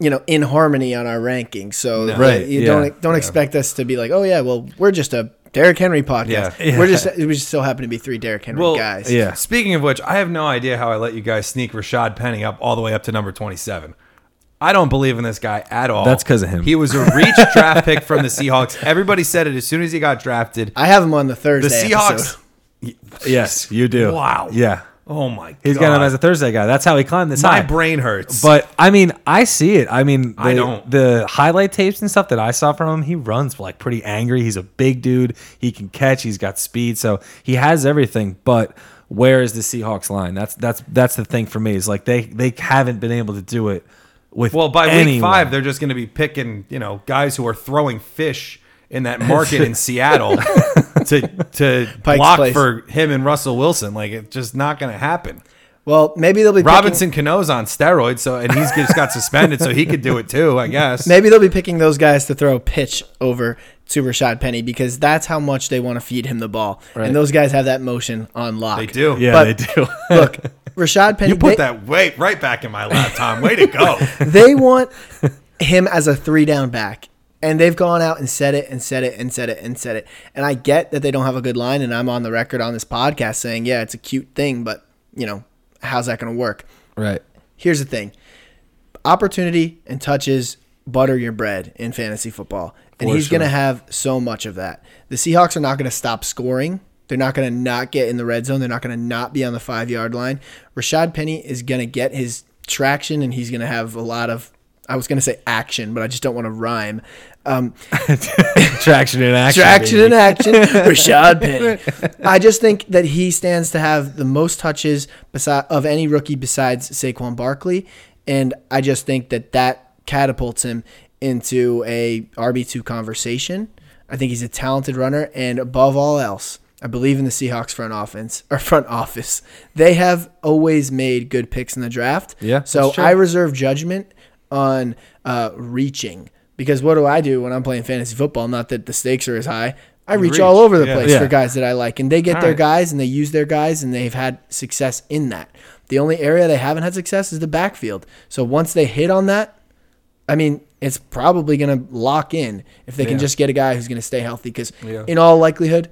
S4: you know, in harmony on our rankings. So
S3: Right,
S4: you
S3: yeah,
S4: don't don't expect us to be like, oh yeah, well we're just a Derrick Henry podcast.
S1: Yeah.
S4: We're just we just so happen to be three Derrick Henry
S1: well,
S4: guys.
S1: Yeah.
S3: Yeah.
S1: Speaking of which, I have no idea how I let you guys sneak Rashad Penny up all the way up to number 27. I don't believe in this guy at all.
S3: That's 'cause of him.
S1: He was a reach draft pick from the Seahawks. Everybody said it as soon as he got drafted.
S4: I have him on the
S1: The
S4: Thursday.
S1: Seahawks.
S4: episode.
S3: Yes, you do.
S1: Wow.
S3: Yeah.
S1: Oh my god.
S3: He's got him as a Thursday guy. That's how he climbed this
S1: My
S3: high.
S1: brain hurts.
S3: But I mean, I see it. I mean, the,
S1: I don't.
S3: the highlight tapes and stuff that I saw from him. He runs like pretty angry. He's a big dude. He can catch. He's got speed. So he has everything. But where is the Seahawks line? That's that's that's the thing for me. Is like they they haven't been able to do it with
S1: well, by week
S3: anyone.
S1: 5, they're just going to be picking, you know, guys who are throwing fish in that market in Seattle to to
S4: Pike's
S1: block
S4: Place.
S1: for him and Russell Wilson. Like it's just not going to happen.
S4: Well, maybe they'll be
S1: Robinson Cano's on steroids, so and he's just got suspended, so he could do it too, I guess.
S4: Picking, maybe they'll be picking those guys to throw a pitch over to Rashad Penny because that's how much they want to feed him the ball, and those guys have that motion on lock.
S1: They do.
S3: Yeah,
S4: But-
S3: they do.
S4: Look, Rashad Penny.
S1: You put
S4: they,
S1: that weight right back in my lap, Tom. Way to go.
S4: they want him as a three down back. And they've gone out and said it and said it and said it and said it. And I get that they don't have a good line. And I'm on the record on this podcast saying, yeah, it's a cute thing, but, you know, how's that going to work?
S3: right.
S4: Here's the thing opportunity and touches butter your bread in fantasy football. And
S3: For
S4: he's going to
S3: sure.
S4: have so much of that. The Seahawks are not going to stop scoring. They're not going to not get in the red zone. They're not going to not be on the five yard line. Rashad Penny is going to get his traction and he's going to have a lot of, I was going to say action, but I just don't want to rhyme. Um,
S3: Traction in action.
S4: Traction
S3: baby.
S4: in action. Rashad Penny. I just think that he stands to have the most touches besi- of any rookie besides Saquon Barkley, and I just think that that catapults him into a RB two conversation. I think he's a talented runner, and above all else, I believe in the Seahawks front offense or front office. They have always made good picks in the draft.
S3: Yeah,
S4: So
S3: that's true.
S4: I reserve judgment on uh, reaching because what do I do when I'm playing fantasy football? Not that the stakes are as high. I reach,
S1: reach,
S4: all over the
S1: yeah.
S4: place for
S3: Yeah.
S4: guys that I like, and they get their
S1: right.
S4: guys and they use their guys, and they've had success in that. The only area they haven't had success is the backfield. So once they hit on that, I mean, it's probably going to lock in if they can
S1: Yeah.
S4: just get a guy who's going to stay healthy. Because
S1: Yeah.
S4: in all likelihood,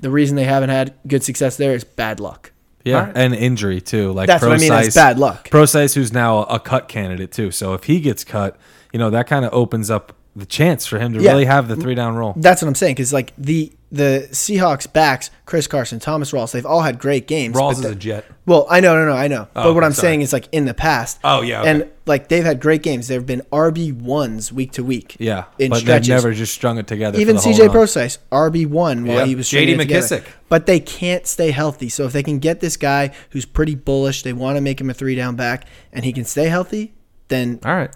S4: the reason they haven't had good success there is bad luck.
S3: Yeah,
S1: Alright.
S3: and injury too. Like
S4: That's what I mean, it's
S3: Procyse-
S4: bad luck.
S3: Procyse, who's now a cut candidate too. So if he gets cut, you know that kind of opens up the chance for him to
S4: Yeah. Mm.
S3: really have the three down roll.
S4: That's what I'm saying. Because like the the Seahawks backs, Chris Carson, Thomas Rawls, they've all had great games.
S1: Rawls
S4: but
S1: is
S4: the-
S1: a jet.
S4: Well, I know, no, no, I know. but what
S1: okay,
S4: I'm
S1: sorry.
S4: saying is like in the past.
S1: Oh, yeah, okay.
S4: And like they've had great games. There have been RB ones week to week.
S3: Yeah,
S4: in
S3: but
S4: stretches.
S3: they've never just strung it together. for
S4: Even
S3: the whole
S4: CJ
S3: run.
S4: Procise, RB one while
S1: Yeah.
S4: he was
S1: JD
S4: stringing it together.
S1: McKissick.
S4: But they can't stay healthy. So if they can get this guy who's pretty bullish, they want to make him a three down back, and he can stay healthy, then
S1: All right.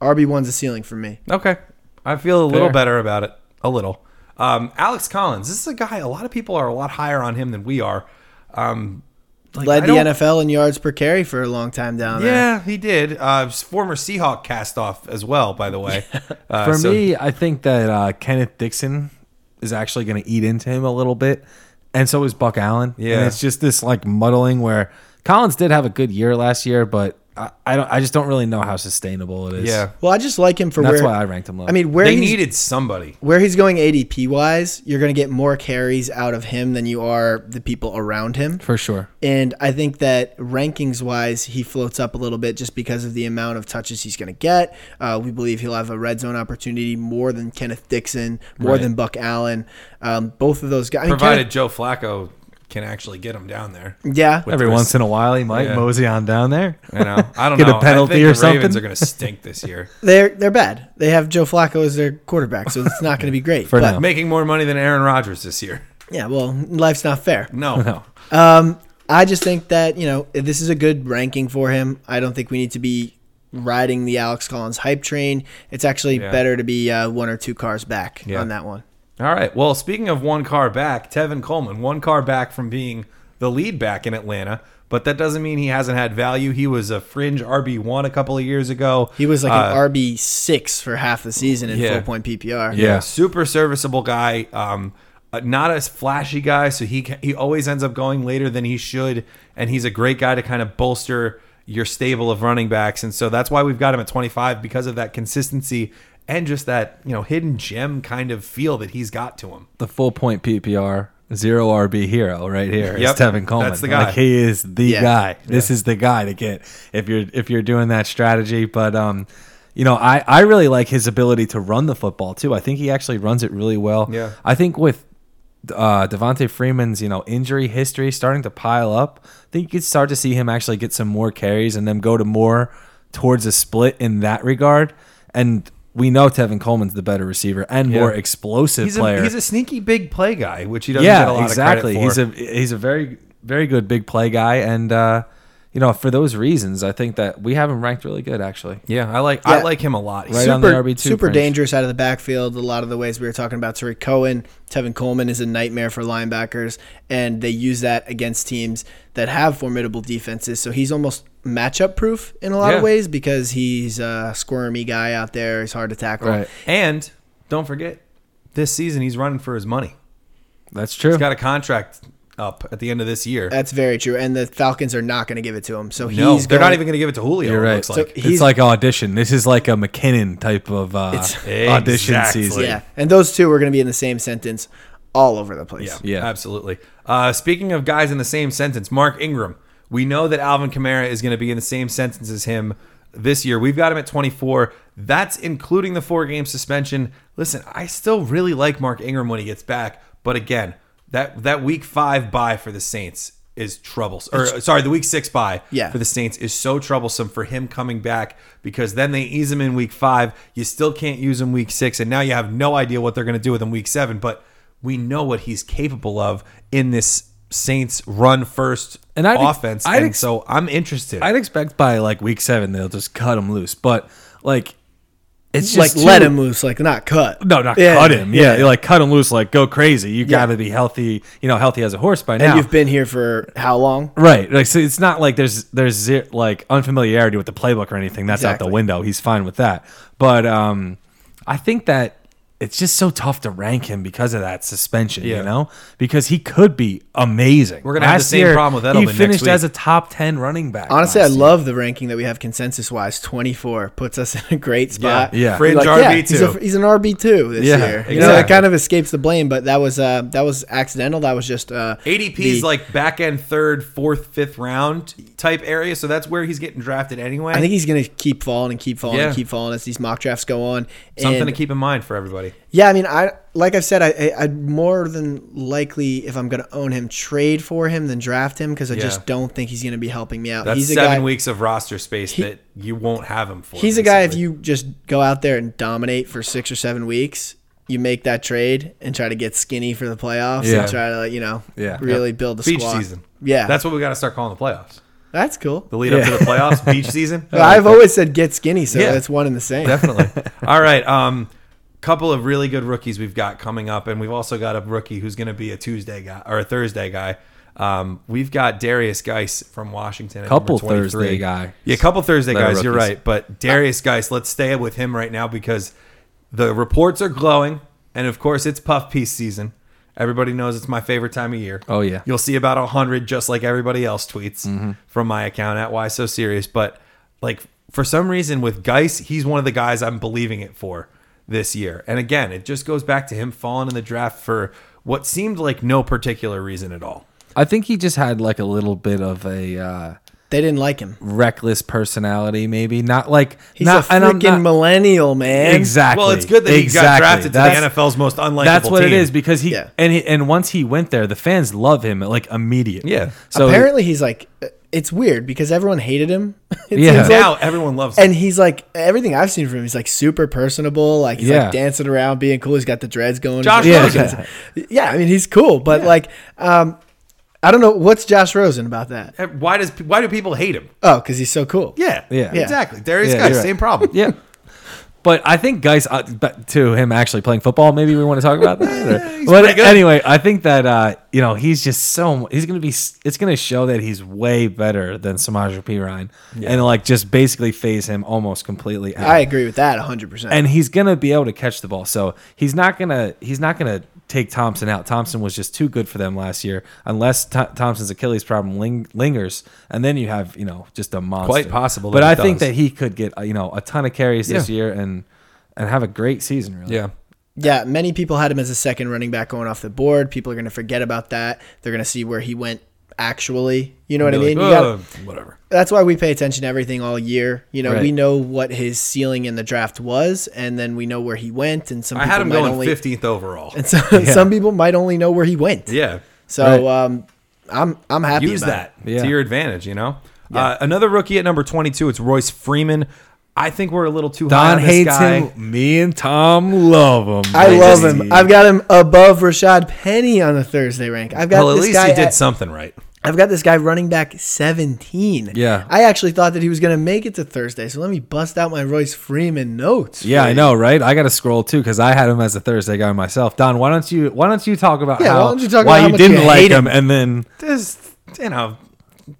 S4: RB one's a ceiling for me.
S1: Okay. I feel a little
S3: Fair.
S1: better about it. A little. Um, Alex Collins, this is a guy, a lot of people are a lot higher on him than we are. Um, like,
S4: Led
S1: I
S4: the
S1: don't-
S4: NFL in yards per carry for a long time down there.
S1: Yeah, he did. Uh, former Seahawk cast off as well, by the way. Uh,
S3: For
S1: so-
S3: me, I think that uh, Kenneth Dixon is actually going to eat into him a little bit, and so is Buck Allen.
S1: Yeah.
S3: and it's just this like muddling where Collins did have a good year last year, but I, I don't. I just don't really know how sustainable it is.
S1: yeah.
S4: Well, I just like him for
S3: And that's
S4: where
S3: why I ranked him low.
S4: I mean, where
S1: they
S4: he's,
S1: needed somebody.
S4: where he's going ADP wise, you're going to get more carries out of him than you are the people around him.
S3: for sure.
S4: And I think that rankings wise, he floats up a little bit just because of the amount of touches he's going to get. Uh, we believe he'll have a red zone opportunity more than Kenneth Dixon, more
S3: Right.
S4: than Buck Allen. Um, both of those guys. I mean,
S1: Provided Joe Flacco can actually get him down there.
S4: Kenneth- yeah.
S1: with
S3: Every
S1: the
S3: once in a while, he might
S1: Yeah.
S3: mosey on down there.
S1: You know, I don't
S3: Get a
S1: know.
S3: penalty
S1: I think
S3: or
S1: the Ravens
S3: something.
S1: are going to stink this year.
S4: They're, they're bad. They have Joe Flacco as their quarterback, so it's not going to be great.
S3: For
S4: but
S3: now.
S1: Making more money than Aaron Rodgers this year.
S4: Yeah, well, life's not fair.
S1: No.
S3: No.
S4: Um, I just think that you know this is a good ranking for him. I don't think we need to be riding the Alex Collins hype train. It's actually
S1: Yeah.
S4: better to be uh, one or two cars back
S1: Yeah.
S4: on that one.
S1: All right. Well, speaking of one car back, Tevin Coleman, one car back from being the lead back in Atlanta, but that doesn't mean he hasn't had value. He was a fringe RB1 a couple of years ago.
S4: He was like
S1: Uh,
S4: an RB six for half the season in
S1: yeah.
S4: full point PPR.
S3: Yeah.
S1: super serviceable guy. Um, uh, not as flashy guy, so he ca- he always ends up going later than he should, and he's a great guy to kind of bolster your stable of running backs, and so that's why we've got him at 25 because of that consistency and just that you know hidden gem kind of feel that he's got to him.
S3: The full point PPR, zero RB hero right here is
S1: Yep.
S3: Tevin Coleman.
S1: That's the guy.
S3: Like he is the
S4: Yeah.
S3: guy. This is the guy to get if you're if you're doing that strategy. But um, you know, I I really like his ability to run the football too. I think he actually runs it really well.
S1: Yeah.
S3: I think with uh, Devontae Freeman's you know injury history starting to pile up, I think you could start to see him actually get some more carries and then go to more towards a split in that regard. And we know Tevin Coleman's the better receiver and more explosive
S1: He's
S3: player
S1: a, he's a sneaky big play guy, which he doesn't
S3: yeah,
S1: get a lot
S3: exactly.
S1: of credit for.
S3: He's a he's a very very good big play guy, and uh, you know for those reasons, I think that we have him ranked really good actually.
S1: yeah, I like I
S4: Yeah.
S1: like him a lot. He's
S3: Right on the
S4: Super,
S3: RB2
S4: super
S3: fringe.
S4: dangerous out of the backfield. A lot of the ways we were talking about Tariq Cohen, Tevin Coleman is a nightmare for linebackers, and they use that against teams that have formidable defenses. So he's almost matchup proof in a lot
S1: Yeah.
S4: of ways because he's a squirmy guy out there. He's hard to tackle.
S3: Right.
S1: And don't forget, this season he's running for his money.
S3: That's true.
S1: He's got a contract up at the end of this year.
S4: That's very true. And the Falcons are not going to give it to him. So he's
S1: no, they're not
S4: going-
S1: even going to give it to Julio.
S3: You're
S1: it
S3: right.
S1: looks like.
S4: So- he's-
S3: it's like audition. This is like a McKinnon type of uh,
S1: It's-
S3: audition
S1: Exactly.
S3: season.
S4: Yeah, and those two are going to be in the same sentence, all over the place.
S1: yeah,
S3: Yeah.
S1: absolutely. Uh, speaking of guys in the same sentence, Mark Ingram. We know that Alvin Kamara is going to be in the same sentence as him this year. We've got him at 24. That's including the four game suspension. Listen, I still really like Mark Ingram when he gets back, but again, that that week five bye for the Saints is troubles. Or sorry, the week six bye
S4: Yeah.
S1: for the Saints is so troublesome for him coming back because then they ease him in week five. You still can't use him week six, and now you have no idea what they're going to do with him week seven. But we know what he's capable of in this Saints run first
S3: And I'd ex-
S1: offense,
S3: I'd
S1: and
S3: ex-
S1: so I'm interested.
S3: I'd expect by like week seven they'll just cut him loose, but like it's
S4: like
S3: just
S4: let
S3: too-
S4: him loose, like not cut.
S3: No, not
S4: Yeah,
S3: cut him. Yeah, like cut him loose. Like go crazy. You got to be healthy. You know, healthy as a horse by now.
S4: And you've been here for how long?
S3: Right. Like so it's not like there's there's ze- like unfamiliarity with the playbook or anything. That's out
S4: Exactly.
S3: the window. He's fine with that. But um I think that it's just so tough to rank him because of that suspension,
S1: Yeah.
S3: you know? Because he could be amazing.
S1: We're gonna have the same problem with Edelman
S3: He
S1: next
S3: finished
S1: week.
S3: as a top 10 running back.
S4: Honestly, I
S3: last year.
S4: love the ranking that we have consensus wise. Twenty four puts us in a great spot.
S3: Yeah.
S4: We're
S1: Fringe
S4: like, yeah,
S1: RB2.
S4: he's, a- he's an RB two this
S3: Yeah,
S4: year. You know, that
S1: exactly.
S4: kind of escapes the blame, but that was uh, that was accidental. That was just uh,
S1: ADP
S4: the-
S1: is like back end third, fourth, fifth round type area, so that's where he's getting drafted anyway.
S4: I think he's gonna keep falling and keep falling
S1: Yeah.
S4: and keep falling as these mock drafts go on.
S1: Something
S4: And-
S1: to keep in mind for everybody.
S4: Yeah, I mean, I like I've said, I, I I'd more than likely if I'm going to own him, trade for him than draft him because I
S1: Yeah.
S4: just don't think he's going to be helping me out.
S1: That's
S4: he's a
S1: seven
S4: guy.
S1: weeks of roster space that you won't have him for.
S4: He's a guy. If
S1: basically.
S4: you just go out there and dominate for six or seven weeks, you make that trade and try to get skinny for the playoffs
S3: Yeah.
S4: and try to you know
S3: Yeah.
S4: really build the
S1: beach
S4: squad.
S1: season.
S4: Yeah, that's
S1: that's what we got to start calling the playoffs.
S4: that's cool.
S1: The lead up to the playoffs, beach season.
S4: I've always said get skinny, so
S1: Yeah.
S4: that's one and the same.
S1: definitely. All right, um, couple of really good rookies we've got coming up, and we've also got a rookie who's going to be a Tuesday guy or a Thursday guy. Um, we've got Darius Geis from Washington. at
S3: Couple
S1: number 23.
S3: Thursday guy.
S1: Yeah, couple Thursday
S3: That are
S1: guys. You're
S3: rookies.
S1: right, but Darius Geis. Let's stay with him right now because the reports are glowing, and of course it's puff piece season. Everybody knows it's my favorite time of year.
S3: Oh, yeah. Mm-hmm.
S1: You'll see about 100 just like everybody else tweets from my account at Why So Serious. But like for some reason with Geis, he's one of the guys I'm believing it for this year. And again, it just goes back to him falling in the draft for what seemed like no particular reason at all.
S3: I think he just had like a little bit of a uh
S4: They didn't like him.
S3: reckless personality maybe. Not like
S4: He's
S3: not
S4: a
S3: and I'm
S4: freaking
S3: not-
S4: millennial man.
S3: Exactly.
S1: Well, it's good that he got
S3: Exactly.
S1: drafted to
S3: That's-
S1: the NFL's most unlikable
S3: That's what it
S1: team.
S3: is because he
S4: Yeah.
S3: and he, and once he went there, the fans love him like immediate.
S1: Yeah.
S3: So
S4: Apparently, he's like uh, it's weird because everyone hated him. it
S3: Yeah.
S4: seems like.
S1: Now everyone loves him.
S4: And he's like everything I've seen from him. He's like super personable. Like he's
S3: Yeah.
S4: like dancing around, being cool. He's got the dreads going.
S1: Josh
S4: He's like-
S1: Rosen.
S4: Yeah, I mean he's cool, but like, um, I don't know what's Josh Rosen about that.
S1: And why does why do people hate him?
S4: Oh, because he's so cool.
S1: Yeah,
S3: Yeah. Yeah.
S1: exactly. Darius
S3: Yeah,
S1: Guy,
S3: you're right.
S1: same problem.
S3: Yeah. But I think guys uh, back to him actually playing football. Maybe we want to talk about that.
S1: He's pretty
S3: but
S1: good.
S3: anyway, I think that uh, you know he's just so he's gonna be. It's gonna show that he's way better than Samaj P Ryan, and like just basically phase him almost completely out.
S4: I agree with that 100. percent
S3: and he's gonna be able to catch the ball. So he's not gonna he's not gonna take Thompson out. Thompson was just too good for them last year. Unless Th- Thompson's Achilles problem ling- lingers, and then you have you know just a monster.
S1: Quite possible
S3: But
S1: that
S3: I
S1: it
S3: think
S1: does.
S3: that he could get uh, you know a ton of carries this
S1: Yeah.
S3: year and and have a great season. Really.
S1: Yeah.
S4: Yeah, many people had him as a second running back going off the board. People are going to forget about that. They're going to see where he went actually. You know what I mean? You gotta-
S1: "Ugh, whatever.
S4: that's why we pay attention to everything all year. You know,
S3: Right.
S4: we know what his ceiling in the draft was, and then we know where he went. And some
S1: I
S4: people
S1: had him
S4: might
S1: going
S4: only,
S1: fifteenth overall.
S4: and so, some people might only know where he went.
S1: Yeah.
S4: So
S3: Right.
S4: um, I'm I'm happy.
S1: Use that
S4: about it.
S3: Yeah.
S1: to your advantage, you know? Uh, another rookie at number 22, it's Royce Freeman. I think we're a little too high
S3: Don
S1: on this
S3: hates
S1: guy.
S3: him. Me and Tom love him.
S4: I
S3: They
S4: love
S3: just-
S4: him. I've got him above Rashad Penny on the Thursday rank. I've got
S1: Well, at
S4: this
S1: least
S4: guy
S1: he did
S4: at-
S1: something right.
S4: I've got this guy running back 17.
S3: Yeah.
S4: I actually thought that he was going to make it to Thursday. So let me bust out my Royce Freeman notes.
S3: Yeah,
S4: for
S3: I
S4: you.
S3: know, right? I got to scroll too because I had him as a Thursday guy myself. Don, why don't you why don't you talk about
S4: Yeah, why
S3: how
S4: don't you talk about
S3: why
S4: how
S3: you
S4: much
S3: didn't
S4: you
S3: like
S4: hate
S3: him and then
S1: Just, you know,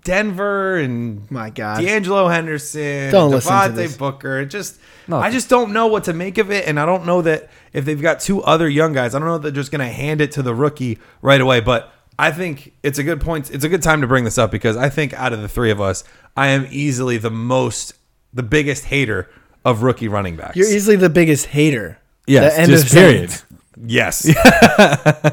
S1: Denver and
S4: My God.
S1: D'Angelo Henderson,
S4: Don't
S1: and
S4: listen to this.
S1: Devontae Booker. It just
S3: No.
S1: I just don't know what to make of it, and I don't know that if they've got two other young guys, I don't know if they're just going to hand it to the rookie right away. But I think it's a good point. It's a good time to bring this up because I think out of the three of us, I am easily the most, the biggest hater of rookie running backs.
S4: You're easily the biggest hater.
S3: Yes,
S4: The end
S3: just
S4: of
S3: period.
S4: sentence.
S1: yes,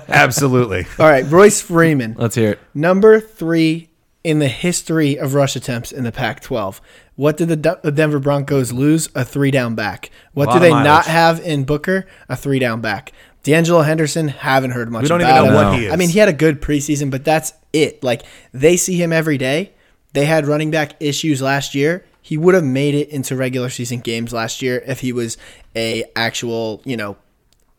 S1: absolutely.
S4: All right, Royce Freeman.
S3: Let's hear it.
S4: Number three in the history of rush attempts in the Pac 12. What did the De- the Denver Broncos lose? A three down back. What
S1: Lot
S4: do
S1: of
S4: they
S1: mileage.
S4: not have in Booker? A three down back. D'Angelo Henderson, haven't heard much
S1: We don't even
S4: about
S1: know
S4: him.
S1: what he is.
S4: I mean, he had a good preseason, but that's it. Like, they see him every day. They had running back issues last year. He would have made it into regular season games last year if he was a actual, you know,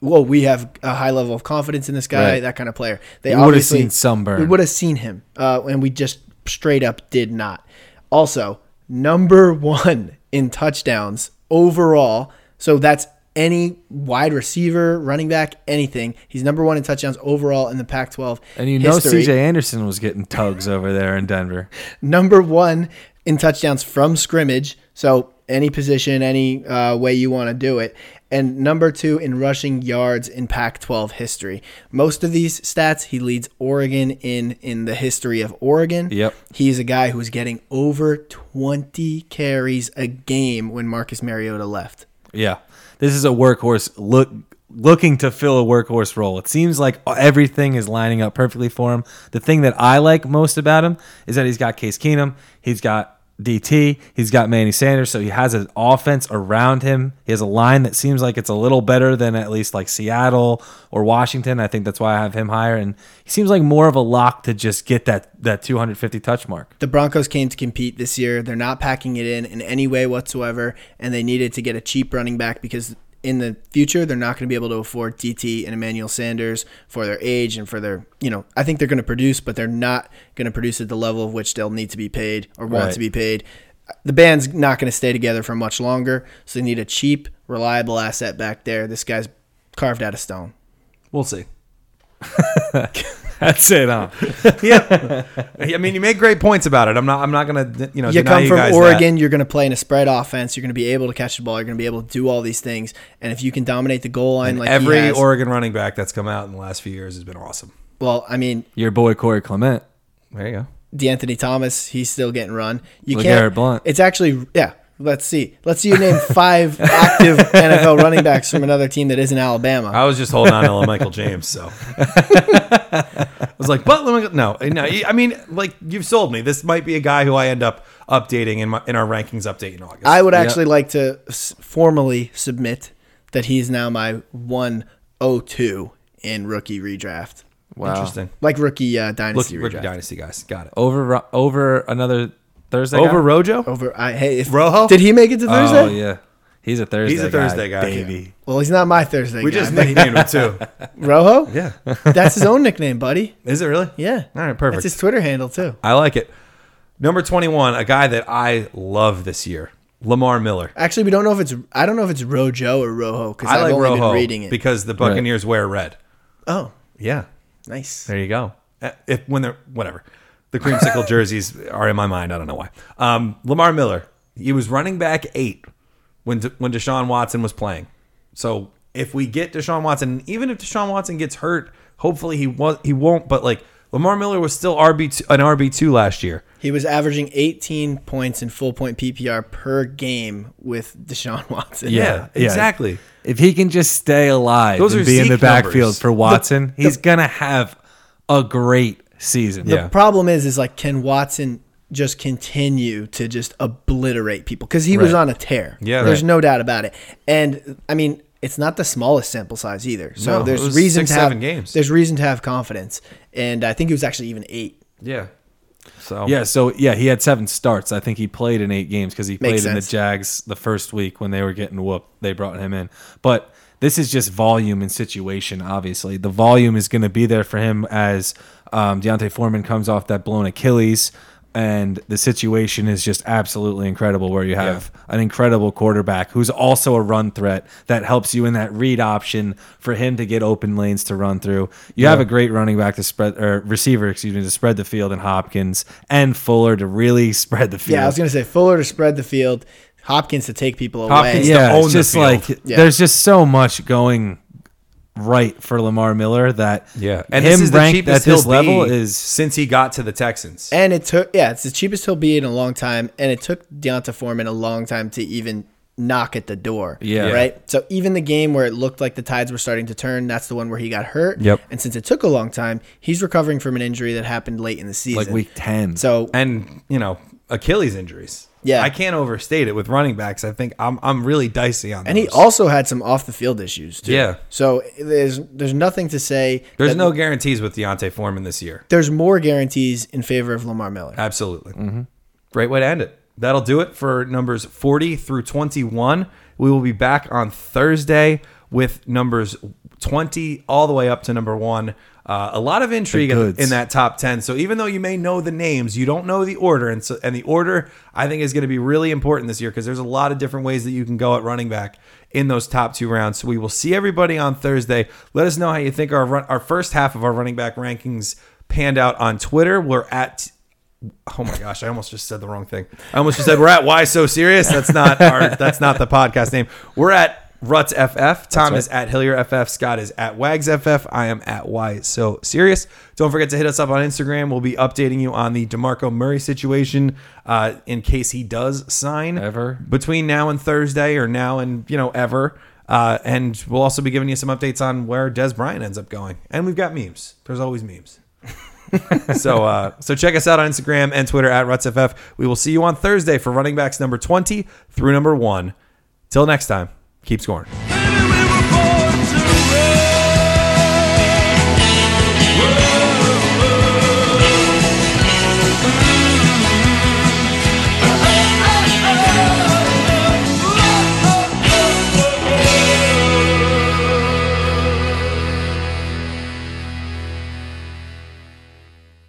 S4: whoa, we have a high level of confidence in this guy,
S3: Right.
S4: that kind of player. They
S3: We would've
S4: obviously-
S3: seen some burn.
S4: We would have seen him, uh, and we just straight up did not. Also, number one in touchdowns overall. So that's any wide receiver, running back, anything. He's number one in touchdowns overall in the Pac-12.
S3: And you know
S4: history.
S3: CJ Anderson was getting tugs over there in Denver.
S4: number one in touchdowns from scrimmage. So any position, any uh, way you want to do it. And number two in rushing yards in Pac 12 history. Most of these stats, he leads Oregon in in the history of Oregon.
S3: Yep.
S4: He's a guy who's getting over 20 carries a game when Marcus Mariota left.
S3: Yeah. This is a workhorse look looking to fill a workhorse role. It seems like everything is lining up perfectly for him. The thing that I like most about him is that he's got Case Keenum, he's got DT, he's got Manny Sanders, so he has an offense around him. He has a line that seems like it's a little better than at least like Seattle or Washington. I think that's why I have him higher and he seems like more of a lock to just get that that 250 touch mark.
S4: The Broncos came to compete this year. They're not packing it in in any way whatsoever, and they needed to get a cheap running back because in the future they're not going to be able to afford DT and Emmanuel Sanders for their age and for their, you know, I think they're going to produce, but they're not going to produce at the level of which they'll need to be paid or want
S3: Right.
S4: to be paid. The band's not going to stay together for much longer, so they need a cheap, reliable asset back there. This guy's carved out of stone.
S1: We'll see.
S3: That's it, huh?
S1: I mean, you make great points about it. I'm not. I'm not gonna. You know,
S4: you
S1: deny
S4: come
S1: you
S4: from
S1: guys that.
S4: Oregon, you're going to play in a spread offense. You're going to be able to catch the ball. You're going to be able to do all these things. And if you can dominate the goal line, like
S1: Every
S4: he has,
S1: Oregon running back that's come out in the last few years has been awesome.
S4: well, I mean,
S3: Your boy Corey Clement.
S1: There you go.
S4: D'Anthony Thomas, he's still getting run. You
S3: LeGarrette
S4: can't.
S3: Blount.
S4: It's actually yeah. Let's see. Let's see you name five active NFL running backs from another team that isn't Alabama.
S1: I was just holding on to Michael James, so I was like, but let me no, no. I mean, like you've sold me. This might be a guy who I end up updating in my in our rankings update in August.
S4: I would actually like to s- formally submit that he's now my 102 in oh rookie redraft.
S3: Wow.
S1: Interesting.
S4: like rookie uh,
S1: Look,
S4: dynasty
S1: rookie
S4: redraft.
S1: dynasty guys. Got it.
S3: Over Ro- over another Thursday. guy?
S1: Over Rojo.
S4: Over, I, hey, if,
S1: Rojo?
S4: Did he make it to Thursday?
S3: Oh yeah, he's a Thursday.
S1: He's a Thursday guy.
S3: baby.
S4: Well, he's not my Thursday.
S1: We
S4: guy,
S1: just
S4: but he-
S1: nicknamed him too.
S4: Rojo.
S1: Yeah.
S4: That's his own nickname, buddy.
S1: Is it really?
S4: Yeah.
S1: All right, perfect.
S4: That's his Twitter handle too.
S1: I like it. Number 21, a guy that I love this year, Lamar Miller.
S4: Actually, we don't know if it's I don't know if it's Rojo or Rojo because
S1: I
S4: I've
S1: like
S4: only
S1: Rojo
S4: been reading it.
S1: because the Buccaneers wear red.
S4: oh,
S1: Yeah.
S4: nice.
S1: There you go. Uh, If when they're whatever, the creamsicle jerseys are in my mind. I don't know why. Um, Lamar Miller, he was running back eight when De- when Deshaun Watson was playing. So if we get Deshaun Watson, even if Deshaun Watson gets hurt, hopefully he was he won't. But like Lamar Miller was still RB two, an RB two last year.
S4: He was averaging 18 points in full point PPR per game with Deshaun Watson.
S1: Yeah, exactly.
S3: If he can just stay alive
S1: Those
S3: and
S1: are
S3: be in the
S1: Zeke
S3: backfield
S1: numbers.
S3: for Watson, he's gonna have a great season.
S1: Yeah.
S4: Problem is, is like, can Watson just continue to just obliterate people because he was
S1: Right.
S4: on a tear.
S1: Yeah,
S4: there's
S1: right.
S4: no doubt about it. And I mean, it's not the smallest sample size either. So
S1: No, it
S4: there's
S1: was
S4: reason
S1: six,
S4: to have
S1: seven games.
S4: There's reason to have confidence, and I think it was actually even eight.
S1: Yeah. So
S3: Yeah, so yeah, he had seven starts. I think he played in eight games because he played
S4: Makes
S3: in the
S4: sense.
S3: Jags the first week when they were getting whooped. They brought him in. But this is just volume and situation, obviously. The volume is going to be there for him as um, Deontay Foreman comes off that blown Achilles. And the situation is just absolutely incredible where you have an incredible quarterback who's also a run threat that helps you in that read option for him to get open lanes to run through. You have a great running back to spread or receiver, excuse me, to spread the field and Hopkins and Fuller to really spread the field.
S4: Yeah, I was gonna say Fuller to spread the field, Hopkins to take people away.
S1: Hopkins to
S3: yeah,
S1: own
S3: it's
S1: the
S3: just
S1: field.
S3: like
S4: Yeah.
S3: there's just so much going right for Lamar Miller that
S1: Yeah,
S3: and him
S1: this is the
S3: ranked at
S1: cheapest
S3: this
S1: he'll
S3: level
S1: be
S3: is
S1: since he got to the Texans.
S4: And it took yeah, it's the cheapest he'll be in a long time, and it took Deonta Foreman a long time to even knock at the door.
S3: Yeah.
S4: Right. So even the game where it looked like the tides were starting to turn, that's the one where he got hurt.
S1: Yep.
S4: And since it took a long time, he's recovering from an injury that happened late in the season.
S3: like week ten.
S4: So
S1: and you know Achilles injuries.
S4: Yeah.
S1: I can't overstate it with running backs. I think I'm I'm really dicey on.
S4: and he
S1: those.
S4: also had some off the field issues too.
S1: Yeah.
S4: So there's there's nothing to say.
S1: there's
S4: that-
S1: no guarantees with Deontay Foreman this year.
S4: there's more guarantees in favor of Lamar Miller.
S1: Absolutely, great way to end it. That'll do it for numbers 40 through 21. We will be back on Thursday with numbers 20 all the way up to number one. Uh, a lot of intrigue
S3: The
S1: in,
S3: goods.
S1: in that top 10. So even though you may know the names, you don't know the order. And so, and the order I think is going to be really important this year because there's a lot of different ways that you can go at running back in those top two rounds. So we will see everybody on Thursday. Let us know how you think our run, our first half of our running back rankings panned out on Twitter. We're at Oh my gosh, I almost just said the wrong thing. I almost just said we're at Why So Serious. That's not our that's not the podcast name. We're at Ruts FF. Tom is at Hillier FF. Scott is at Wags FF. I am at Why So Serious. Don't forget to hit us up on Instagram. We'll be updating you on the DeMarco Murray situation uh, in case he does sign
S3: Ever.
S1: between now and Thursday or now and you know ever. Uh, and we'll also be giving you some updates on where Des Bryant ends up going. And we've got memes. There's always memes so uh, so check us out on Instagram and Twitter at RutsFF. We will see you on Thursday for running backs number 20 through number 1. Till next time, keep scoring.